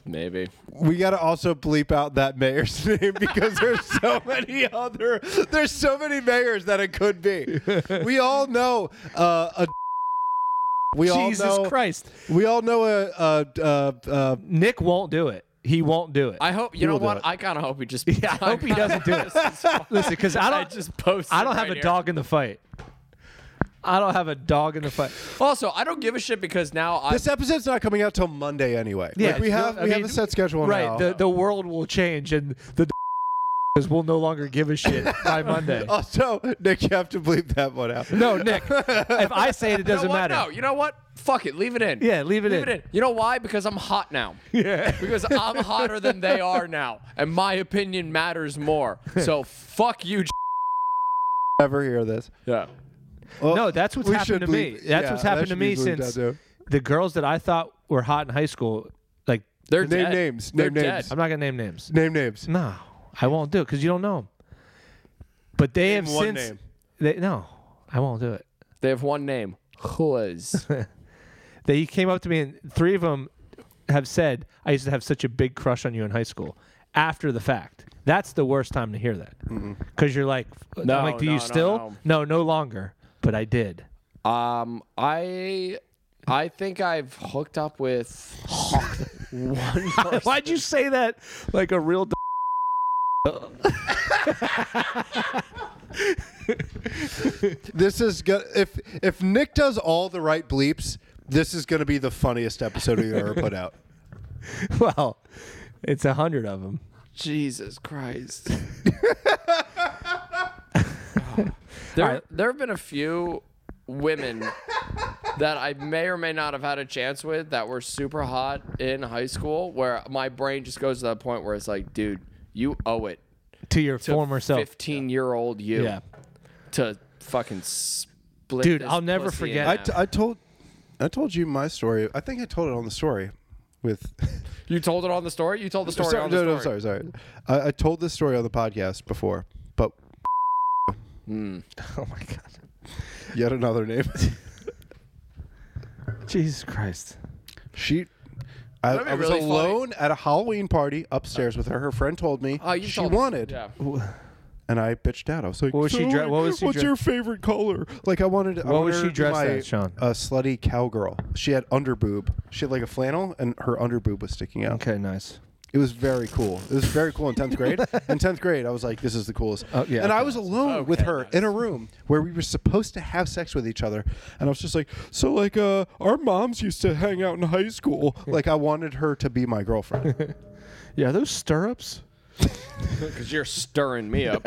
Maybe. We got to also bleep out that mayor's [LAUGHS] name because there's so many other there's so many mayors that it could be. We all know uh, a we Jesus all know Christ! we all know a, a, a, a Nick won't do it. He won't do it. I hope, you He know will do what? it. I kind of hope he [LAUGHS] just. yeah, I hope he doesn't do [LAUGHS] it. [LAUGHS] Listen, because I I don't. just posted. I don't have right a here. dog in the fight. I don't have a dog in the fight. Also, I don't give a shit because now I. this episode's not coming out till Monday anyway. Yeah, Like, we have I we mean, have a set schedule right. now. The the world will change and the because [LAUGHS] we'll no longer give a shit [LAUGHS] by Monday. [LAUGHS] also, Nick, you have to bleep that one out. No, Nick. If I say it, it you doesn't know what? matter. No, you know what? Fuck it. Leave it in. Yeah, leave it Leave in. it in. You know why? Because I'm hot now. Yeah. Because I'm hotter than they are now, and my opinion matters more. So fuck you. Never hear this. Yeah. Well, No, that's what's we happened should to me. bleep- That's yeah, what's that happened to should me be bleeped since out, too. the girls that I thought were hot in high school, like They're Name dead. names, They're name dead. names. I'm not gonna name names. Name names. No, I won't do it because you don't know them. But they Name have one since. name. They, no, I won't do it. They have one name. Hoaz. [LAUGHS] They came up to me and three of them have said, "I used to have such a big crush on you in high school." After the fact, that's the worst time to hear that Mm-hmm. because you're like, f- No, I'm like, do no, you no, still? No. no, longer. But [LAUGHS] I did. um, I, I think I've hooked up with one. person. Uh, Why'd you say that like a real? D- This is go- if if Nick does all the right bleeps, this is going to be the funniest episode we've ever put out. [LAUGHS] well, it's a hundred of them. [LAUGHS] Jesus Christ. there, there have been a few women that I may or may not have had a chance with that were super hot in high school, where my brain just goes to that point where it's like, dude, you owe it To your to former self. 15 year old you Yeah. to fucking split. Dude, this I'll never pussy [LAUGHS] forget- in I, half. t- I told I told you my story. I think I told it on the story with you told it on the story. You told the story sorry, on the no, story. no, sorry, sorry. I, I told this story on the podcast before, but Mm. [LAUGHS] Oh my god. yet another name. Jesus Christ. she, I, That'd be I was really funny. alone at a Halloween party upstairs with her. Her friend told me Oh, you she told- wanted, Yeah. and I bitched out. I was like, What was she dre- "So, what was she What's dre- your favorite color?" Like I wanted. I What wanted was her she to be dressed my, as, Sean? A slutty cowgirl. She had underboob. She had like a flannel, and her underboob was sticking out. Okay, nice. It was very cool. It was very cool in tenth grade. In tenth grade, I was like, "This is the coolest." Oh, yeah, and I okay. was alone with her in a room where we were supposed to have sex with each other, and I was just like, "So, like, uh, our moms used to hang out in high school." like, I wanted her to be my girlfriend. Yeah, those stirrups. Because you're stirring [LAUGHS] me up.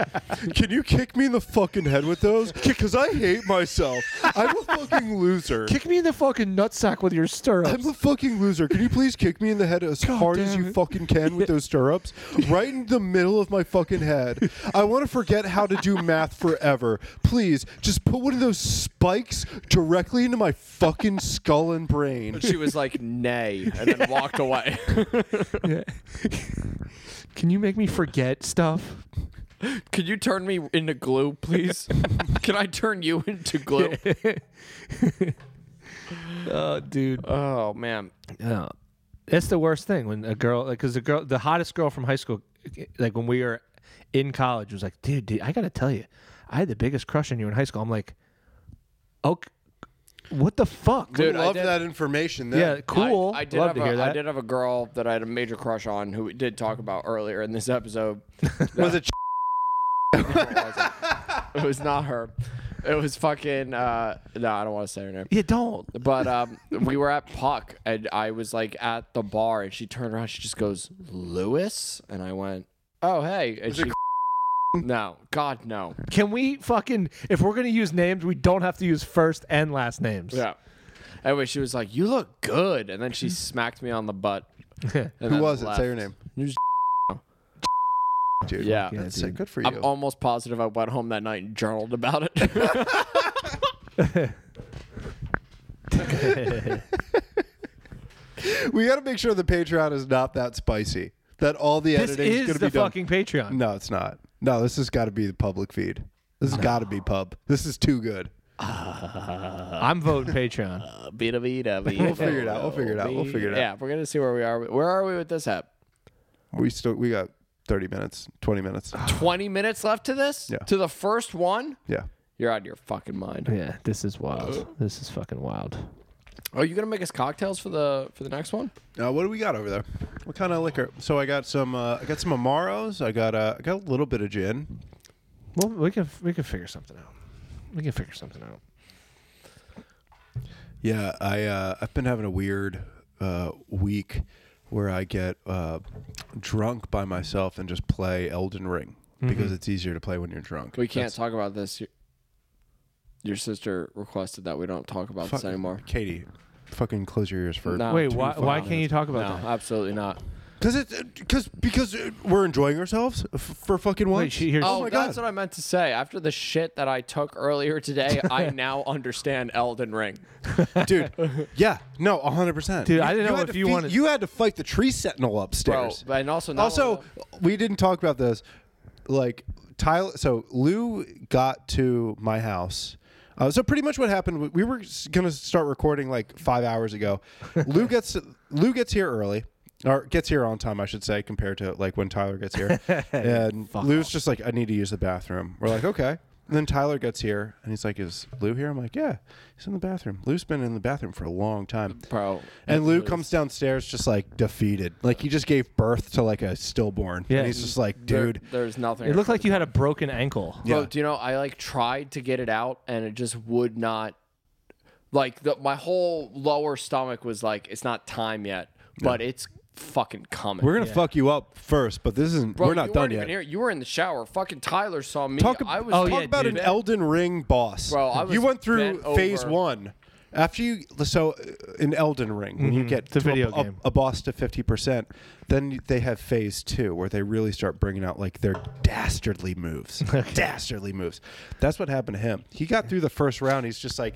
Can you kick me in the fucking head with [LAUGHS] those? Because I hate myself. I'm a fucking loser. Kick me in the fucking nutsack with your I'm stirrups. a fucking loser. Can you please kick me in the head as hard as damn you it. fucking can [LAUGHS] with those stirrups? Right in the middle of my fucking head. I want to forget how to do math forever. Please, just put one of those spikes directly into my fucking skull and brain. she was like, nay, and then [LAUGHS] walked away. Yeah. Can you make me forget stuff? Can you turn me into glue, [LAUGHS] please? Can I turn you into glue? Oh, dude. Oh, man. Yeah. That's the worst thing when a girl, like, because the girl, the hottest girl from high school, like when we were in college, was like, dude, dude, I gotta tell you, I had the biggest crush on you in high school. I'm like, okay, what the fuck? Dude, I Love did- that information. Then. yeah, [LAUGHS] cool. I, I did Love have to a, hear that. I did have a girl that I had a major crush on who we did talk about earlier in this episode. Was it? It was not her. It was fucking, uh, no, I don't want to say her name. yeah, don't. But um, we were at Puck, and I was like at the bar, and she turned around. She just goes, "Lewis," and I went, "Oh hey." And she, no, God no. Can we fucking, if we're gonna use names, we don't have to use first and last names. [LAUGHS] Yeah. Anyway, she was like, "You look good," and then she smacked me on the butt. and Who then was it? Say your left. name. It was [LAUGHS] Dude, Yeah. Yeah, that's dude. good for you. I'm almost positive I went home that night and journaled about it. [LAUGHS] [LAUGHS] [LAUGHS] we got to make sure the Patreon is not that spicy. That all the This editing is going is to the be done. fucking Uh. Patreon. No, it's not. No, this has got to be the public feed. This has got to be pub. This is too good. I'm voting [LAUGHS] Patreon. Bita bita. We'll figure it out. We'll figure it out. We'll figure it out. Yeah, we're gonna see where we are. Where are we with this app? We still we got 30 minutes, 20 minutes. Twenty minutes left to this. Yeah. To the first one. Yeah. You're out of your fucking mind. Yeah, this is Uh. wild. This is fucking wild. Are Oh, you gonna make us cocktails for the for the next one? Now, Uh, what do we got over there? What kind of liquor? So I got some uh, I got some Amaros. I got uh, I got a little bit of gin. Well, we can we can figure something out. We can figure something out. Yeah, I uh, I've been having a weird uh, week where I get uh, drunk by myself and just play Elden Ring because it's easier to play when you're drunk. Mm-hmm. We can't talk about this. Your, your sister requested that we don't talk about Fuck- this anymore. Katie, fucking close your ears for No. Wait, two why, why fucking can't you talk No, about that? absolutely not. Because it because because uh, we're enjoying ourselves f- for fucking once. Wait, she hears. Oh, my that's God. what I meant to say. After the shit that I took earlier today, [LAUGHS] I now understand Elden Ring. dude. Yeah, no, hundred percent. Dude, I didn't know had if to you fe- wanted- You had to fight the tree sentinel Bro, upstairs. and also not also, only we didn't talk about this. Like Tyler, so Lou got to my house. Uh, so pretty much what happened, we- we were s- gonna start recording like five hours ago. Lou gets Lou gets here early. Or gets here on time, I should say, compared to like when Tyler gets here. and Lou's just like, I need to use the bathroom. We're like, okay. And then Tyler gets here and he's like, "Is Lou here?" I'm like, "Yeah, he's in the bathroom." Lou's been in the bathroom for a long time. Bro. And Lou Lou's- comes downstairs just like defeated, like he just gave birth to like a stillborn. Yeah. and he's just like, there- "Dude, there's nothing. It looked like you had a broken ankle. Bro, Yeah. do you know I like tried to get it out and it just would not. Like the, my whole lower stomach was like, it's not time yet, but it's fucking coming. we're gonna fuck you up first, but this isn't. Bro, we're you not weren't done even yet." Here. You were in the shower. Fucking Tyler saw me. Talk, ab- I was. oh, talk yeah, about dude. an Elden Ring boss. Bro, I was you went through bent phase over. one. After you, so uh, in Elden Ring, when you get It's to a Mm-hmm. video a, a- game. a boss to fifty percent, then you- they have phase two where they really start bringing out like their dastardly [LAUGHS] moves, dastardly moves. That's what happened to him. He got through the first round. He's just like,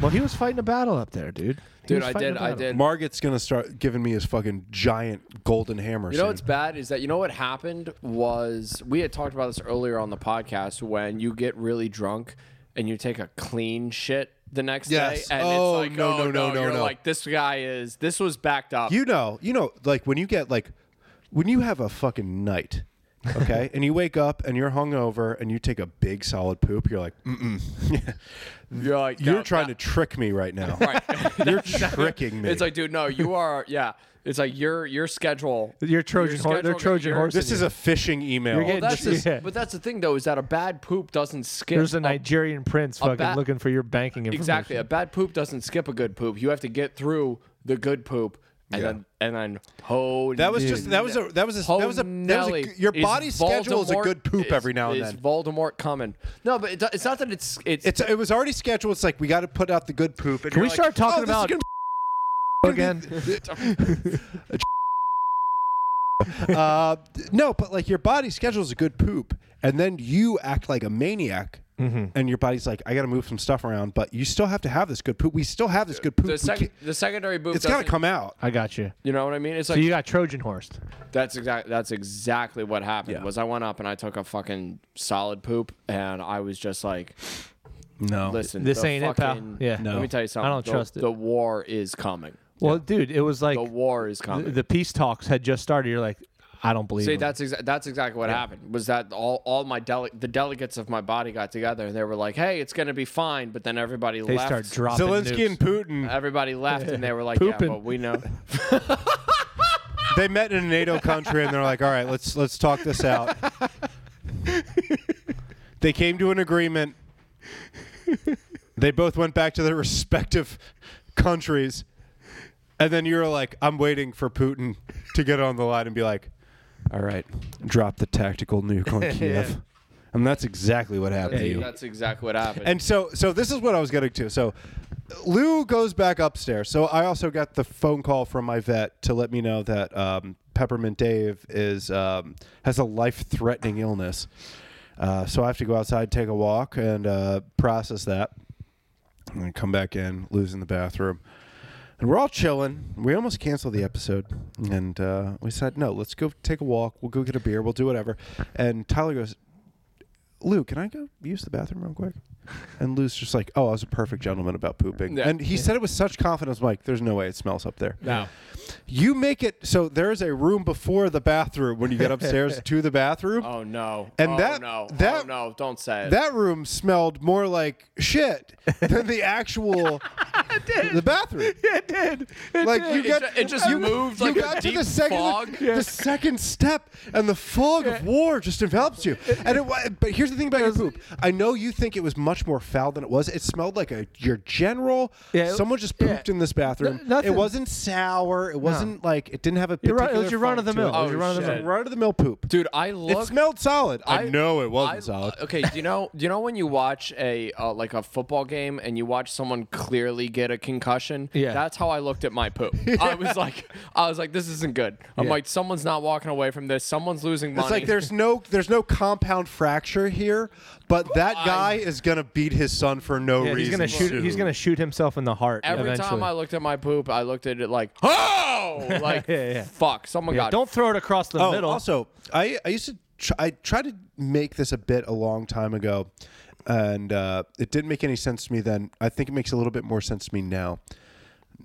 Well, he was fighting a battle up there, dude. He Dude, was I fighting a did- I battle. did. And- Margot's gonna start giving me his fucking giant golden hammer. You know soon." what's bad is that you know what happened was we had talked about this earlier on the podcast when you get really drunk and you take a clean shit the next Yes. day and Oh, it's like no, oh, no, no, no, you're no. like this guy is this was backed up. You know, you know, like when you get like when you have a fucking night, okay, [LAUGHS] and you wake up and you're hungover and you take a big solid poop, you're like, [LAUGHS] mm mm. you're like you're no, trying to no. trick me right now. Right. [LAUGHS] You're tricking me. It's like dude no you are yeah it's like your your schedule Your Trojan horse. They're schedule- Trojan your- horses. this is a phishing email. You're getting- That's Yeah. just, but that's the thing though is that a bad poop doesn't skip. There's a a- Nigerian prince fucking bat- looking for your banking information. Exactly. A bad poop doesn't skip a good poop. You have to get through the good poop and then and then holy that was just that was a that was a that was a, that was Nelly, a your is body schedule is a Voldemort- good poop is- every now and is then. Voldemort coming? No, but it, do- it's not that it's it's, It's it was already scheduled. It's like we got to put out the good poop. And Can you're we like, start talking "Oh, this is about gonna again? [LAUGHS] [LAUGHS] uh, no, but like your body schedules a good poop, and then you act like a maniac, and your body's like, I got to move some stuff around, but you still have to have this good poop. We still have this good poop. the We second can't- the secondary poop. it's got to doesn't- come out. I got you. You know what I mean? It's So like you got Trojan horse. that's exactly that's exactly what happened. Yeah. Was I went up and I took a fucking solid poop and I was just like, No, listen, This the ain't it, pal. fucking, Yeah. No. Let me tell you something. I don't the, trust it. The war is coming. Well, dude, it was like The war is the, coming. the peace talks had just started. You're like, I don't believe. See, him. that's exa- that's exactly what happened. Was that all? All my dele- the delegates of my body got together and they were like, "Hey, it's gonna be fine." But then everybody they left. start dropping. Zelensky nukes. and Putin, everybody left and they were like, Pooping. "Yeah, but [LAUGHS] we know." they met in a NATO country, and they're like, all right, let's let's talk this out. they came to an agreement. They both went back to their respective countries. And then you're like, I'm waiting for Putin to get on the line and be like, all right, drop the tactical nuke on Kiev. And that's exactly what happened That's, to you. that's exactly what happened. And so, so this is what I was getting to. So, Lou goes back upstairs. So I also got the phone call from my vet to let me know that um, Peppermint Dave is um, has a life-threatening illness. Uh, so I have to go outside, take a walk, and uh, process that, and then come back in, lose in the bathroom. And we're all chilling. We almost canceled the episode, and uh, we said, "No, let's go take a walk. We'll go get a beer. We'll do whatever." And Tyler goes, Lou, can I go use the bathroom real quick? And Lou's just like, oh, I was a perfect gentleman about pooping. Yeah. And he said it with such confidence, I'm like, there's no way it smells up there. now, You make it so there is a room before the bathroom when you get [LAUGHS] upstairs to the bathroom. oh no, And oh, that- no, that- oh, no, don't say it. That room smelled more like shit than the [LAUGHS] actual the bathroom. it did. It Like you It got, ju- it just you, moved you like a got to deep the second, fog. the second step, and the fog of war just envelops you. And it, wa- but here's the thing about your poop. I know you think it was much more foul than it was. It smelled like a your general. Yeah, it- someone just yeah. pooped in this bathroom. N- nothing. It wasn't sour. It wasn't like it didn't have a. You're right, it particular was your run funk of the to it. mill. It was Oh, your run of the shit. mill. Run of the mill poop. dude, I it look. smelled solid. I, know it wasn't I- solid. [LAUGHS] Okay, you know, you know when you watch a uh, like a football game and you watch someone clearly get a concussion. Yeah. that's how I looked at [LAUGHS] my poop. I was like, I was like, this isn't good. I'm Yeah. like, someone's not walking away from this. Someone's losing money. It's like there's no there's no compound fracture here, but that guy is gonna beat his son for no Yeah, reason. he's gonna shoot. soon. He's gonna shoot himself in the heart Every eventually. time I looked at my poop, I looked at [LAUGHS] it like, oh, like Yeah, yeah. fuck, someone Yeah, got don't throw it across the Oh, middle. also, I, I used to tr- I tried to make this a bit a long time ago, and uh, it didn't make any sense to me then. I think it makes a little bit more sense to me now.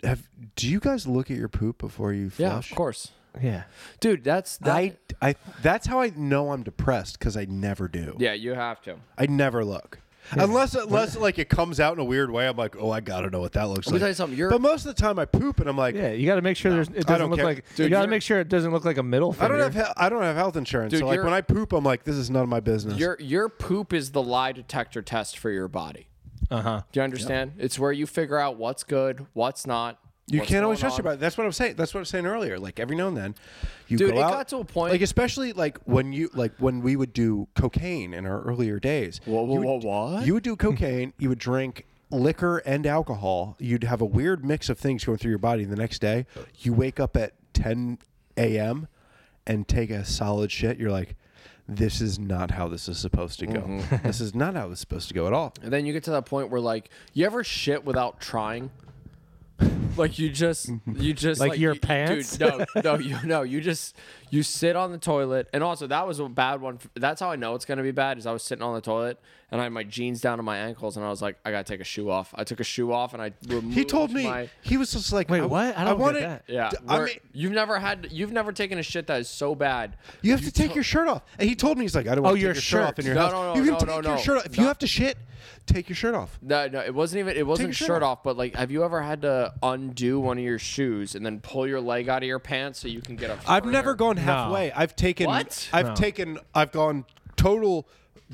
Have do you guys look at your poop before you yeah, of flush? course. Yeah. dude. That's that, I, I, that's how I know I'm depressed because I never do. yeah. You have to. I never look. Unless, unless like it comes out in a weird way, I'm like, oh, I gotta know what that looks Let me like. tell you something, you're- but most of the time, I poop and I'm like, Yeah, you got to make sure there's it I doesn't don't look care. like Dude, you got to you're- make sure it doesn't look like a middle I finger. don't have he- I don't have health insurance, Dude, so like when when I I poop, I'm like, this is none of my business. Your your poop is the lie detector test for your body. Uh huh. [LAUGHS] Do you understand? It's where you figure out what's good, what's not. You what's can't always going trust on. your body. That's what I'm saying. That's what I'm saying earlier. Like every now and then, you Dude, go it out- got to a point- Like especially like when you like when we would do cocaine in our earlier days. Whoa, whoa, you would, whoa, what? You would [LAUGHS] do cocaine. you would drink liquor and alcohol. You'd have a weird mix of things going through your body. The next day, you wake up at 10 a.m. and take a solid shit. You're like, this is not how this is supposed to go. [LAUGHS] Mm-hmm. this is not how this is supposed to go at all. And then you get to that point where like you ever shit without trying. Like you just you just Like like, your you- pants? [LAUGHS] Dude, no, no, you no, you just you sit on the toilet. And also that was a bad one. f- That's how I know it's gonna be bad is I was sitting on the toilet and I had my jeans down to my ankles and I was like, I gotta take a shoe off. I took a shoe off and I removed He told me my- he was just like, Wait, what? I don't get wanted- that. Yeah. d- I we're- mean, you've never had you've never taken a shit that is so bad. You have to take your shirt off. And he told me he's like, I don't want Oh, to take your your shirt off in your shirt. house. No, no, no, you can no, take no, your no. shirt off. If No. you have to shit, take your shirt off. No, no, it wasn't even. It wasn't your shirt, shirt off. but like, have you ever had to undo one of your shoes and then pull your leg out of your pants so you can get up? I've further? never gone halfway. I've taken What? I've taken I've gone total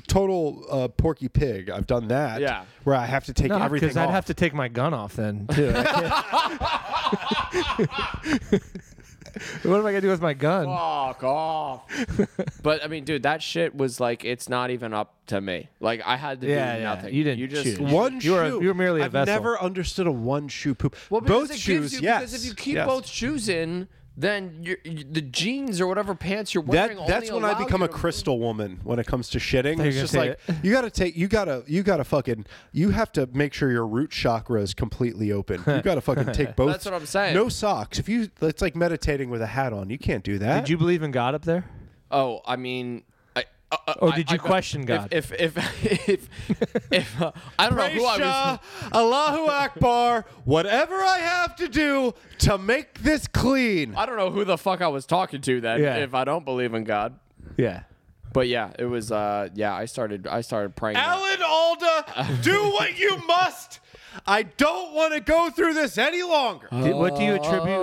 total uh, porky pig. I've done that. Yeah. Where I have to take No, everything because I'd off. have to take my gun off then too. [LAUGHS] I can't- what am I gonna do with my gun? Fuck [LAUGHS] off. but I mean, dude, that shit was like, it's not even up to me. Like, I had to Yeah, do yeah, nothing. you didn't You just. choose. one You shoe. were- you were merely a I've vessel. never understood a one shoe poop. Well, because both it gives shoes. you- yes. Because if you keep yes. both shoes in, then you you, the jeans or whatever pants you're wearing. That, only that's when I allow become you a to- crystal woman when it comes to shitting. you It's were just gonna like say it. you gotta take you gotta you gotta fucking you have to make sure your root chakra is completely open. You gotta [LAUGHS] fucking take both. That's what I'm saying. No socks. If you it's like meditating with a hat on. You can't do that. Did you believe in God up there? Oh, I mean. I, uh, uh, Or I- Oh, did you I- question if- God? If if if [LAUGHS] if, uh, I don't know who I was. [LAUGHS] Allahu Akbar. Whatever I have to do to make this clean. I don't know who the fuck I was talking to then Yeah. if I don't believe in God. Yeah. But yeah, it was uh yeah, I started I started praying. that. Alan Alda, do what you must. I don't want to go through this any Uh, longer. Did- what do you Oh, attribute? [LAUGHS]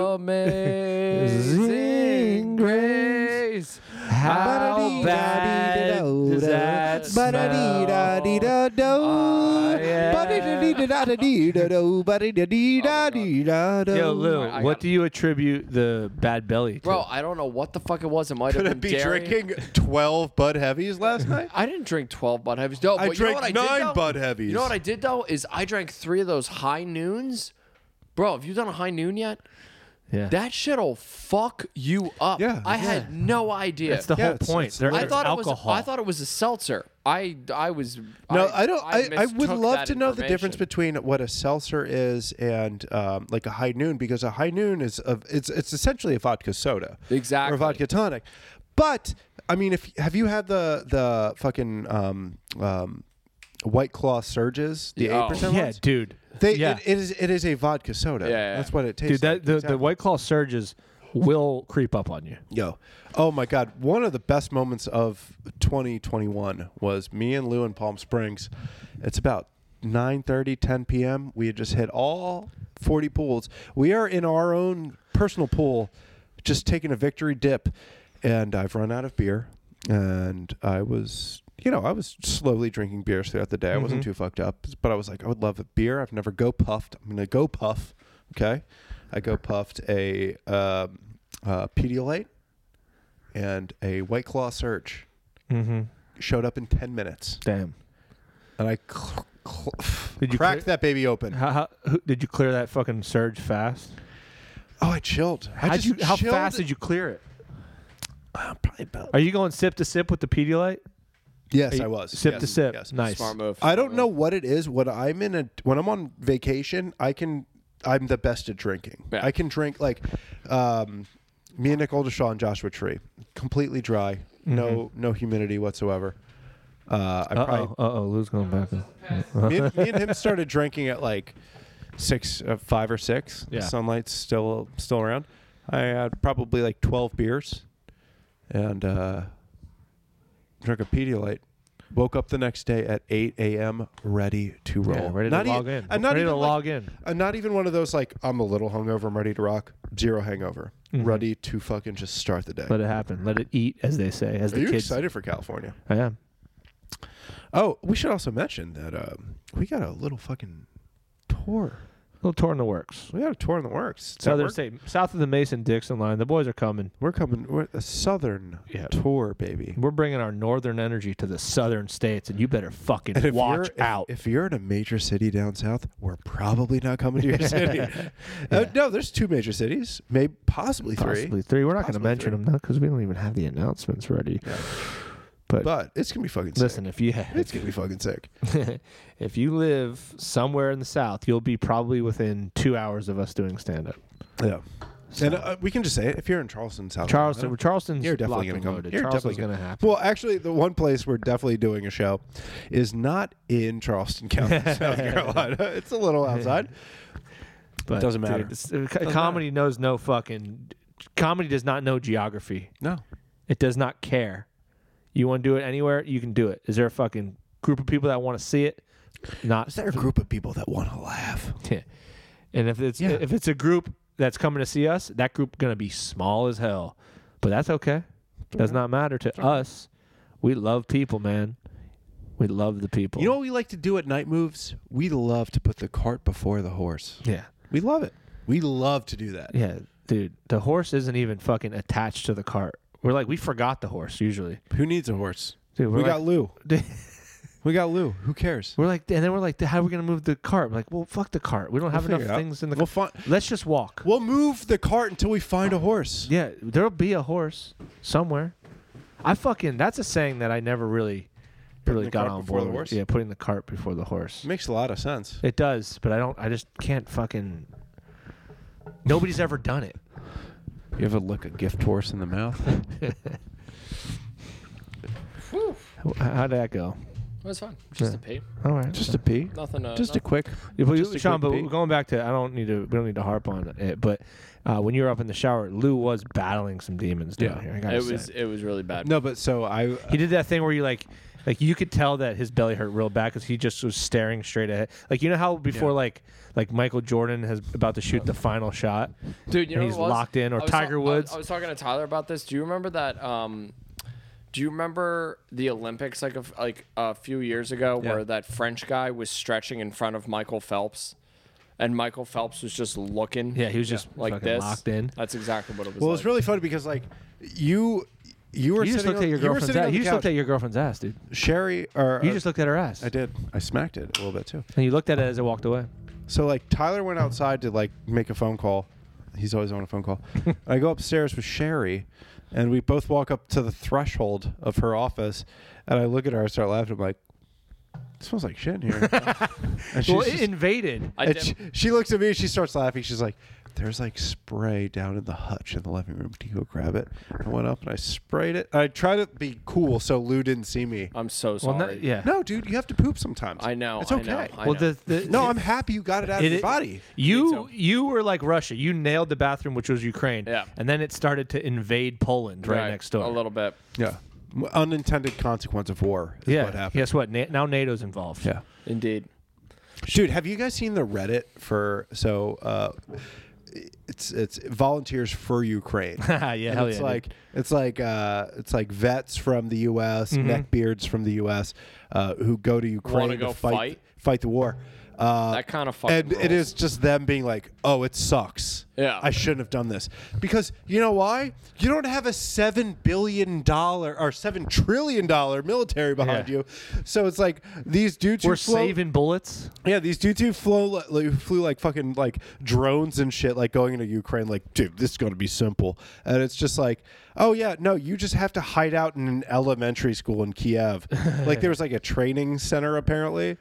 Amazing grace. How bad does that smell? Yo, Lou, I what got- do you attribute the bad belly to? Bro, I don't know what the fuck it was. It might Could have it been be dairy. drinking 12 Bud Heavies [LAUGHS] last night? I didn't drink 12 Bud Heavies. No, but you know drank what I nine did, though? Bud Heavies. You know what I did though is I drank 3 of those high noons. Bro, have you done a high noon yet? yeah. That shit'll fuck you up. Yeah, I yeah. had no idea. That's the Yeah, whole it's- point. it's They're- I it's thought alcohol. it was. I thought it was a seltzer. I I was. No, I, don't. I, I, would mistook love that to know the difference information. between what a seltzer is and um, like a high noon because a high noon is a, it's it's essentially a vodka soda, or Exactly. a vodka tonic. But I mean, if have you had the the fucking um, um, White Claw surges, the eight Yeah. percent yeah, ones? dude. They, yeah. it, it is it is a vodka soda. yeah, yeah. that's what it tastes. dude, that like. the, Exactly. the White Claw surges will creep up on you. Yo, oh my God! One of the best moments of 2021 was me and Lou in Palm Springs. It's about 9:30, 10 p.m. We had just hit all 40 pools. We are in our own personal pool, just taking a victory dip, and I've run out of beer. And I was, you know, I was slowly drinking beers throughout the day. I wasn't too fucked up, but I was like, I would love a beer. I've never go puffed. I'm gonna go puff. Okay, I go puffed a um, uh, Pedialyte and a White Claw Surge Mm-hmm. showed up in 10 minutes. Damn. And I cl- cl- Did you cracked that baby open. How, how who, did you clear that fucking surge fast? Oh, I chilled. I How'd just you, how chilled. fast did you clear it? Uh, probably about. Are you going sip to sip with the Pedialyte? Yes, Are I you- was. Sip Yes, to sip. yes. Nice. Smart move. I don't know what it is. When I'm in a when I'm on vacation, I can I'm the best at drinking. Yeah. I can drink like um, me and Nick Oldershaw and Joshua Tree, completely dry, no Mm-hmm. no humidity whatsoever. Uh, I probably Uh oh. Uh oh. Lou's going back. in. me, and, me and [LAUGHS] him started drinking at like six, uh, five or six. Yeah. Sunlight's still still around. I had probably like 12 beers and uh, drank a Pedialyte. Woke up the next day at 8 a.m. ready to roll. ready to e- log in. And not Ready even to like- log in. And not even One of those like I'm a little hungover, I'm ready to rock. Zero hangover, Mm-hmm. ready to fucking just start the day. Let it happen. Let it eat, as they say, as Are the you kids. excited for California? I am. Oh, we should also mention that um, we got a little fucking tour. little tour in the works. We got a tour in the works. It's at Southern work. state, south of the Mason Dixon line. The boys are coming. We're coming. We're a southern Yeah. tour, baby. We're bringing our northern energy to the southern states, and you better fucking And if watch you're, out. If, if you're in a major city down south, we're probably not coming to [LAUGHS] your city. Uh, no, there's two major cities, maybe possibly three. Possibly three. We're not going to Possibly mention three. them now because we don't even have the announcements ready. But, But it's gonna be fucking listen, if you sick. It's gonna be fucking sick. [LAUGHS] if you live somewhere in the south, you'll be probably within two hours of us doing stand up. Yeah. And uh, we can just say it. If you're in Charleston, South Charleston, Carolina, Charleston's you're definitely locked gonna come. and loaded. You're Charleston's definitely gonna happen. Well, actually, the one place we're definitely doing a show is not in Charleston [LAUGHS] County, South Carolina. It's a little outside. But Doesn't dude, matter. it's- uh, co- comedy knows no fucking. Comedy does not know geography. No. It does not care. You want to do it anywhere, you can do it. Is there a fucking group of people that want to see it? Not. Is there a group of people that want to laugh? [LAUGHS] And if it's Yeah. if it's a group that's coming to see us, that group gonna be small as hell. But that's okay. Does not matter to us. We love people, man. We love the people. You know what we like to do at night moves? We love to put the cart before the horse. yeah, We love it. We love to do that. yeah, dude. The horse isn't even fucking attached to the cart. We're like we forgot the horse usually. Who needs a horse? Dude, we're we like, got Lou. [LAUGHS] We got Lou. Who cares? We're like, and then we're like, how are we gonna move the cart? We're like, well, fuck the cart. We don't have figure it enough out. things in the. We'll cart. find. Let's just walk. We'll move the cart until we find a horse. Yeah, there'll be a horse somewhere. I fucking that's a saying that I never really really the got cart on before board the with. horse? Yeah, putting the cart before the horse. Makes a lot of sense. It does, but I don't I just can't fucking Nobody's ever done it. You ever look a gift horse in the mouth? Wh- How'd that go? It was fun. Just a pee. All right. [LAUGHS] just a pee. Nothing. Uh, Just a nothing. quick. Yeah, but just a Sean, but quick pee. going back to I don't need to we don't need to harp on it, but uh, when you were up in the shower, Lou was battling some demons down Yeah. here. I gotta It say. was. It was really bad. No, but so I. uh, He did that thing where you like, like you could tell that his belly hurt real bad because he just was staring straight ahead. Like you know how before Yeah. like like Michael Jordan has about to shoot the final shot. dude, you and know he's what it was? locked in, or I was Tiger I was- Woods. I was, talking to Tyler about this. Do you remember that? Um, do you remember the Olympics like a, f- like a few years ago Yeah. where that French guy was stretching in front of Michael Phelps, and Michael Phelps was just looking. Yeah, he was just like fucking this, locked in. That's exactly what it was. Well, like. it's really funny because like you, you were You just sitting looked on, at your you were girlfriend's sitting ass. on You the just looked couch. at your girlfriend's ass, dude. Sherry or You or- just looked at her ass. I did. I smacked it a little bit too. And you looked at it as it walked away. So like Tyler went outside to like make a phone call. He's always on a phone [LAUGHS] call. I go upstairs with Sherry, and we both walk up to the threshold of her office, and I look at her, I start laughing. I'm like, "It smells like shit in [LAUGHS] here." and she's well, it just- invaded. I and did- she, she looks at me, she starts laughing. She's like, "There's like spray down in the hutch in the living room. Do you go grab it?" I went up and I sprayed it. I tried to be cool so Lou didn't see me. I'm so Well, sorry. not, yeah. No, dude, you have to poop sometimes. Uh, I know. It's okay. I know, I Well, know. the, the No, I'm happy you got it out of it- your body. You you were like Russia. You nailed the bathroom, which was Ukraine. Yeah. And then it started to invade Poland right, next door. A little bit. Yeah. M- Unintended consequence of war is yeah. what happened. Guess what? Na- now NATO's involved. Yeah. Indeed. Dude, have you guys seen the Reddit for so uh it's it's volunteers for Ukraine. [LAUGHS] yeah. And hell it's yeah. like it's like uh it's like vets from the US, Mm-hmm. neckbeards from the US uh who go to Ukraine go to fight fight? the war. Uh That kinda fucking And it rules. is just them being like, "Oh, it sucks. Yeah. I shouldn't have done this." Because you know why? You don't have a 7 billion dollar or 7 trillion dollar military behind Yeah. you. So it's like these dudes who We're float- saving bullets. yeah, these dudes who flew like, like, flew like fucking like drones and shit, like going into Ukraine. Like, dude, this is gonna be simple. And it's just like, oh yeah, no, you just have to hide out in an elementary school in Kiev. like there was like a training center apparently,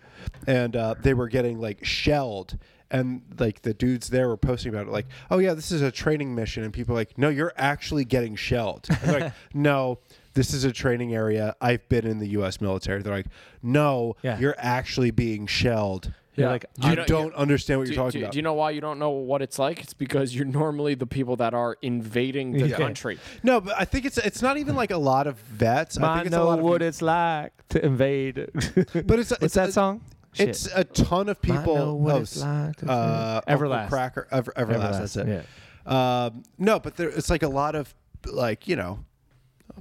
and uh, they were getting like shelled. and like the dudes there were posting about it, like, "Oh yeah, this is a training mission," and people are like, "No, you're actually getting shelled." And they're like, "No." This is a training area. I've been in the U.S. military. They're like, no, Yeah. you're actually being shelled. You're like, You don't- don't, understand what Do, you're talking do- about. do you know why you don't know what it's like? It's because you're normally the people that are invading the Yeah. country. No, but I think it's it's not even like a lot of vets. I I think it's a know lot what of, it's like to invade. [LAUGHS] but it's What's it's that a- song? It's a ton of people. know what oh, it's s- like to uh, feel- Uncle Everlast. Cracker, Ever, Everlast, That's it. Um, no, but there, it's like a lot of like you know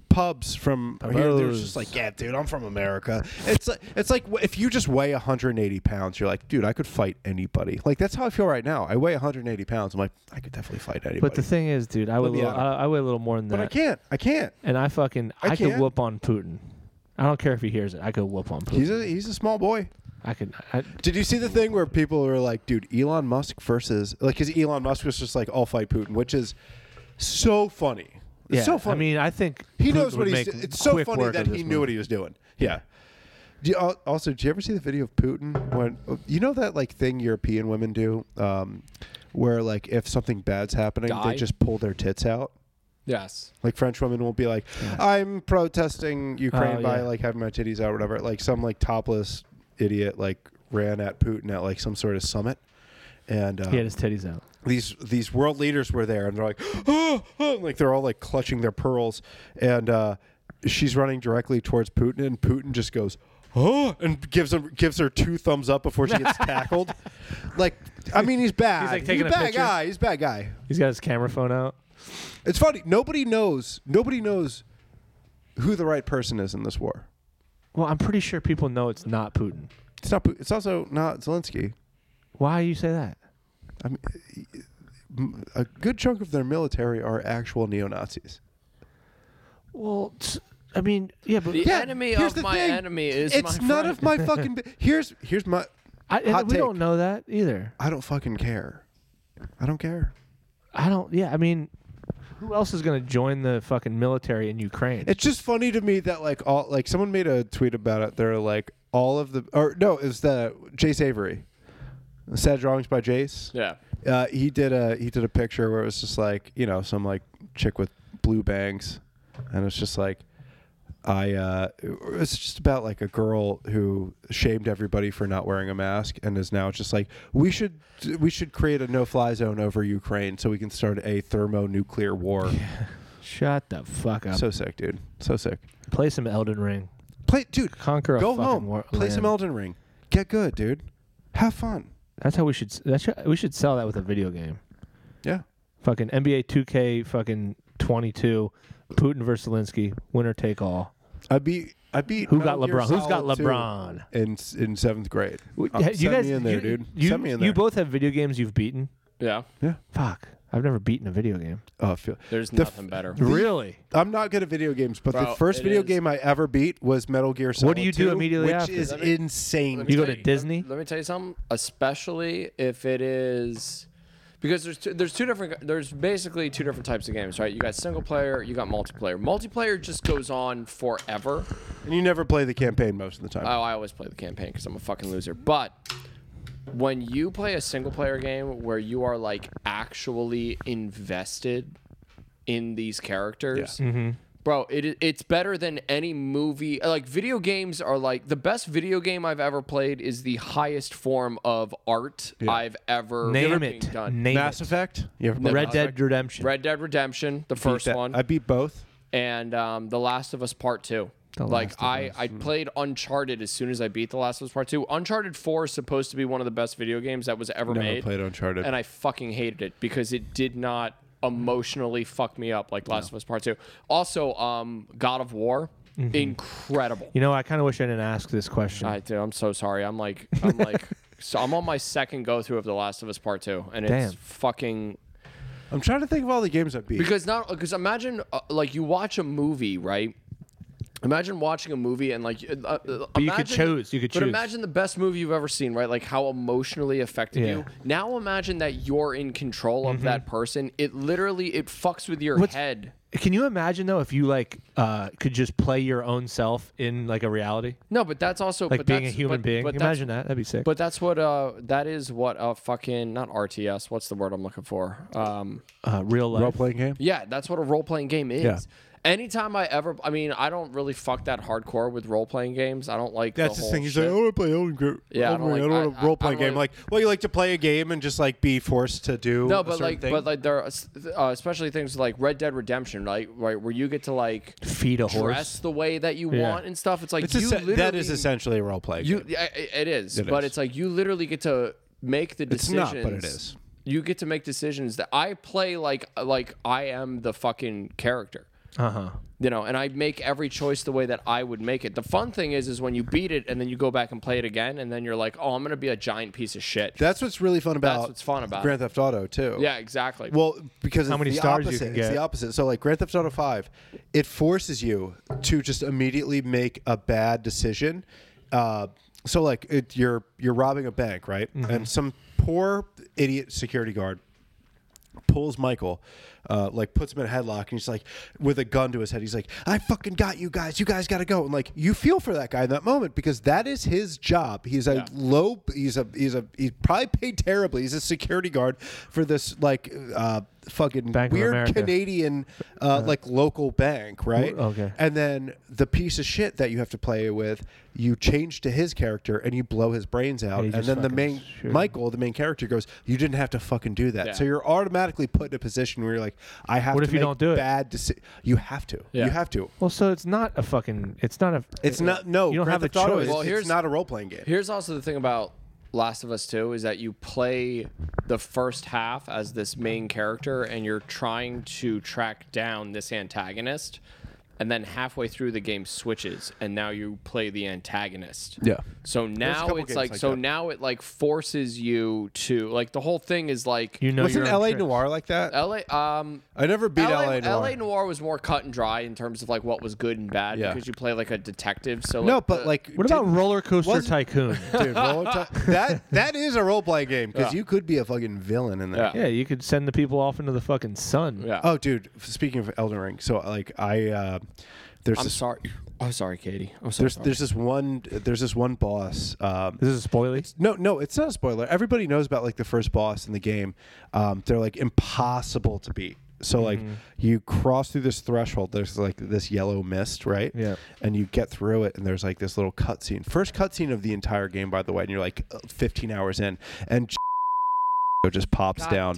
pubs from here. There's just like yeah, dude, I'm from America. It's like it's like w- if you just weigh 180 pounds, you're like, dude, I could fight anybody. Like that's how I feel right now. I weigh 180 pounds. I'm like, I could definitely fight anybody. But the thing is, dude, I weigh, a me little, out I, I weigh a little more than but that. I can't. I can't. And I fucking, I, I could can't. whoop on Putin. I don't care if he hears it. I could whoop on Putin. He's a he's a small boy. I could. I, Did you see the thing where people were like, dude, Elon Musk versus like because Elon Musk was just like, I'll fight Putin, which is so funny. It's yeah. so funny. I mean, I think he Putin knows what would he's. make It's so quick funny work that of he this knew move. what he was doing. Yeah. Do you, al- also, did you ever see the video of Putin when oh, you know that like thing European women do, um, where like if something bad's happening, Die? they just pull their tits out. Yes. Like French women will be like, "I'm protesting Ukraine Oh, by yeah. like having my titties out, or whatever." Like some like topless idiot like ran at Putin at like some sort of summit, and uh, He had his titties out. these these world leaders were there, and they're like, "Oh, oh," like they're all like clutching their pearls, and uh, she's running directly towards Putin, and Putin just goes, "Oh," and gives him gives her two thumbs up before she [LAUGHS] gets tackled. Like, I mean, he's bad. He's, like, taking a a bad picture. guy. He's a bad guy. He's got his camera phone out. It's funny. Nobody knows. Nobody knows who the right person is in this war. Well, I'm pretty sure people know it's not Putin. It's not. Pu- It's also not Zelensky. Why you say that? I mean, m- a good chunk of their military are actual neo Nazis. Well, t- I mean, yeah, but The enemy here's of the my thing. enemy is It's my none friend. of my [LAUGHS] fucking. bu- here's here's my. I, and Hot we take. don't know that either. I don't fucking care. I don't care. I don't. Yeah, I mean, who else is going to join the fucking military in Ukraine? It's just funny to me that like all like someone made a tweet about it. They're like all of the or no, it was the Jace Avery, sad drawings by Jace. Yeah. Uh, he did a he did a picture where it was just like you know some like chick with blue bangs, and it's just like I uh, it's just about like a girl who shamed everybody for not wearing a mask and is now just like we should we should create a no fly zone over Ukraine so we can start a thermonuclear war. Shut the fuck up. So sick, dude. So sick. Play some Elden Ring. Play, dude. Conquer a Go fucking home. war- play some land. Elden Ring. Get good, dude. Have fun. That's how we should. s- That should, we should sell that with a video game. Yeah. Fucking NBA 2K. Fucking 22. Putin versus Zelensky. Winner take all. I beat. I beat. Who Metal got Gear LeBron? Who's got Solid two LeBron? In in seventh grade. W- Uh, hey, send me in there, you, dude. You, send me in you there. both have video games you've beaten. Yeah. Fuck. I've never beaten a video game. Oh, feel, There's The f- nothing better. Really? I'm not good at video games, but the Bro, first it video is- game I ever beat was Metal Gear Solid. do you do 2, immediately Which after? is Let me- insane. Let me You go tell to Disney? Let, me tell you something. Especially if it is, because there's two, there's two different there's basically two different types of games, right? You got single player, you got multiplayer. Multiplayer just goes on forever. and you never play the campaign most of the time. Oh, I always play the campaign because I'm a fucking loser. But when you play a single player game where you are like actually invested in these characters, bro, it i- it's better than any movie. Like video games are like the best video game I've ever played is the highest form of art I've ever Name fucking it. done. Name Mass it. Effect. You ever play Red Mass Dead Effect? Redemption. Red Dead Redemption, the first That- one I beat both. and um, The Last of Us Part Two. The like Last of Hmm. I, I played Uncharted as soon as I beat The Last of Us Part Two. Uncharted Four is supposed to be one of the best video games that was ever Never made, played Uncharted. and I fucking hated it because it did not emotionally fuck me up like Last of Us Part Two. Also, um, God of War, incredible. Mm-hmm. You know, I kind of wish I didn't ask this question. I do. I'm so sorry. I'm like, I'm [LAUGHS] like, so I'm on my second go through of The Last of Us Part Two, and Damn. it's fucking I'm trying to think of all the games I beat. because not because imagine uh, like you watch a movie right Imagine watching a movie and like, uh, uh, you could imagine- choose, you could but choose. imagine the best movie you've ever seen, right? Like how emotionally affected Yeah. Mm-hmm. you. Now imagine that you're in control of that person. It literally it fucks with your head. Can you imagine though if you like uh, could just play your own self in like a reality, No, but that's also like but being a that's- human but- being? But that's imagine that. That'd be sick. But that's what uh that is what a fucking not RTS. What's the word I'm looking for? Um uh, real life. Role playing game. yeah, that's what a role playing game is. Yeah. Anytime I ever, I mean, I don't really fuck that hardcore with role playing games. I don't like That's the the whole thing. He's shit. like, I want to play Elden Ring. Yeah, I Elden don't Ring. I like- don't want I- I- to role I play don't game. like- Like, well, you like to play a game and just like be forced to do. No, "Oh, a but certain like, thing? but like there, are, s- uh, especially things like Red Dead Redemption, right? Right, where you get to like Feed a dress horse. the way that you Yeah. want and stuff. It's like it's you essen- that is literally- essentially a role play. You, game. yeah, i- it is, It but is. it's like you literally get to make the It's decisions. not, but it is. You get to make decisions that I play like like I am the fucking character, Uh huh. you know, and I make every choice the way that I would make it. The fun thing is, is when you beat it and then you go back and play it again, and then you're like, oh, I'm gonna be a giant piece of shit. That's what's really fun about. what's fun about Grand Theft Auto too. yeah, exactly. Well, because How it's many the stars you opposite. can It's get. the opposite. So like Grand Theft Auto Five, it forces you to just immediately make a bad decision. Uh, so like it, you're you're robbing a bank, right? Mm-hmm. And some poor idiot security guard pulls Michael, uh, like puts him in a headlock, and he's like, with a gun to his head, he's like, "I fucking got you guys. You guys got to go." And like, you feel for that guy in that moment because that is his job. He's a low. He's a he's a he's probably paid terribly. He's a security guard for this like uh, fucking Bank of weird America. Canadian uh, like local bank, right? W- okay. And then the piece of shit that you have to play with, you change to his character and you blow his brains out, And he and, just then the fucking main shoot him. Mike. Michael, the main character, goes, "You didn't have to fucking do that." Yeah. So you're automatically put in a position where you're like, "I have What to if you make don't do it? bad decisions." You have to. Yeah. You have to. Well, so it's not a fucking. It's not a. It's not no. You don't Grand have Theft a Auto choice. is- Well, it's here's- not a role playing game. Here's also the thing about Last of Us 2 is that you play the first half as this main character and you're trying to track down this antagonist and then halfway through the game switches and now you play the antagonist. Yeah. So now couple it's games like, like so that. now it like forces you to like the whole thing is like you know. Wasn't your own L.A. tricks. Noir like that? LA um I never beat LA, L.A. Noir. was more cut and dry in terms of like what was good and bad Yeah. because you play like a detective. So no, like, but the- like, What about didn't- Roller Coaster wasn't- [LAUGHS] Tycoon? [LAUGHS] dude, roll ti- that that is a role playing game because you could be a fucking villain in that. Yeah. yeah, you could send the people off into the fucking sun. yeah. Oh, dude. f- Speaking of Elden Ring, so like I, uh, there's I'm this, sorry. I'm sorry, Katie. I'm so there's sorry. there's this one there's this one boss. Um, This is spoily. No, no, it's not a spoiler. Everybody knows about like the first boss in the game. Um, they're like impossible to beat. So like Mm-hmm. you cross through this threshold, there's like this yellow mist, right? Yeah. And you get through it, and there's like this little cutscene. First cutscene of the entire game, by the way, and you're like uh, 15 hours in, and [LAUGHS] just pops God down.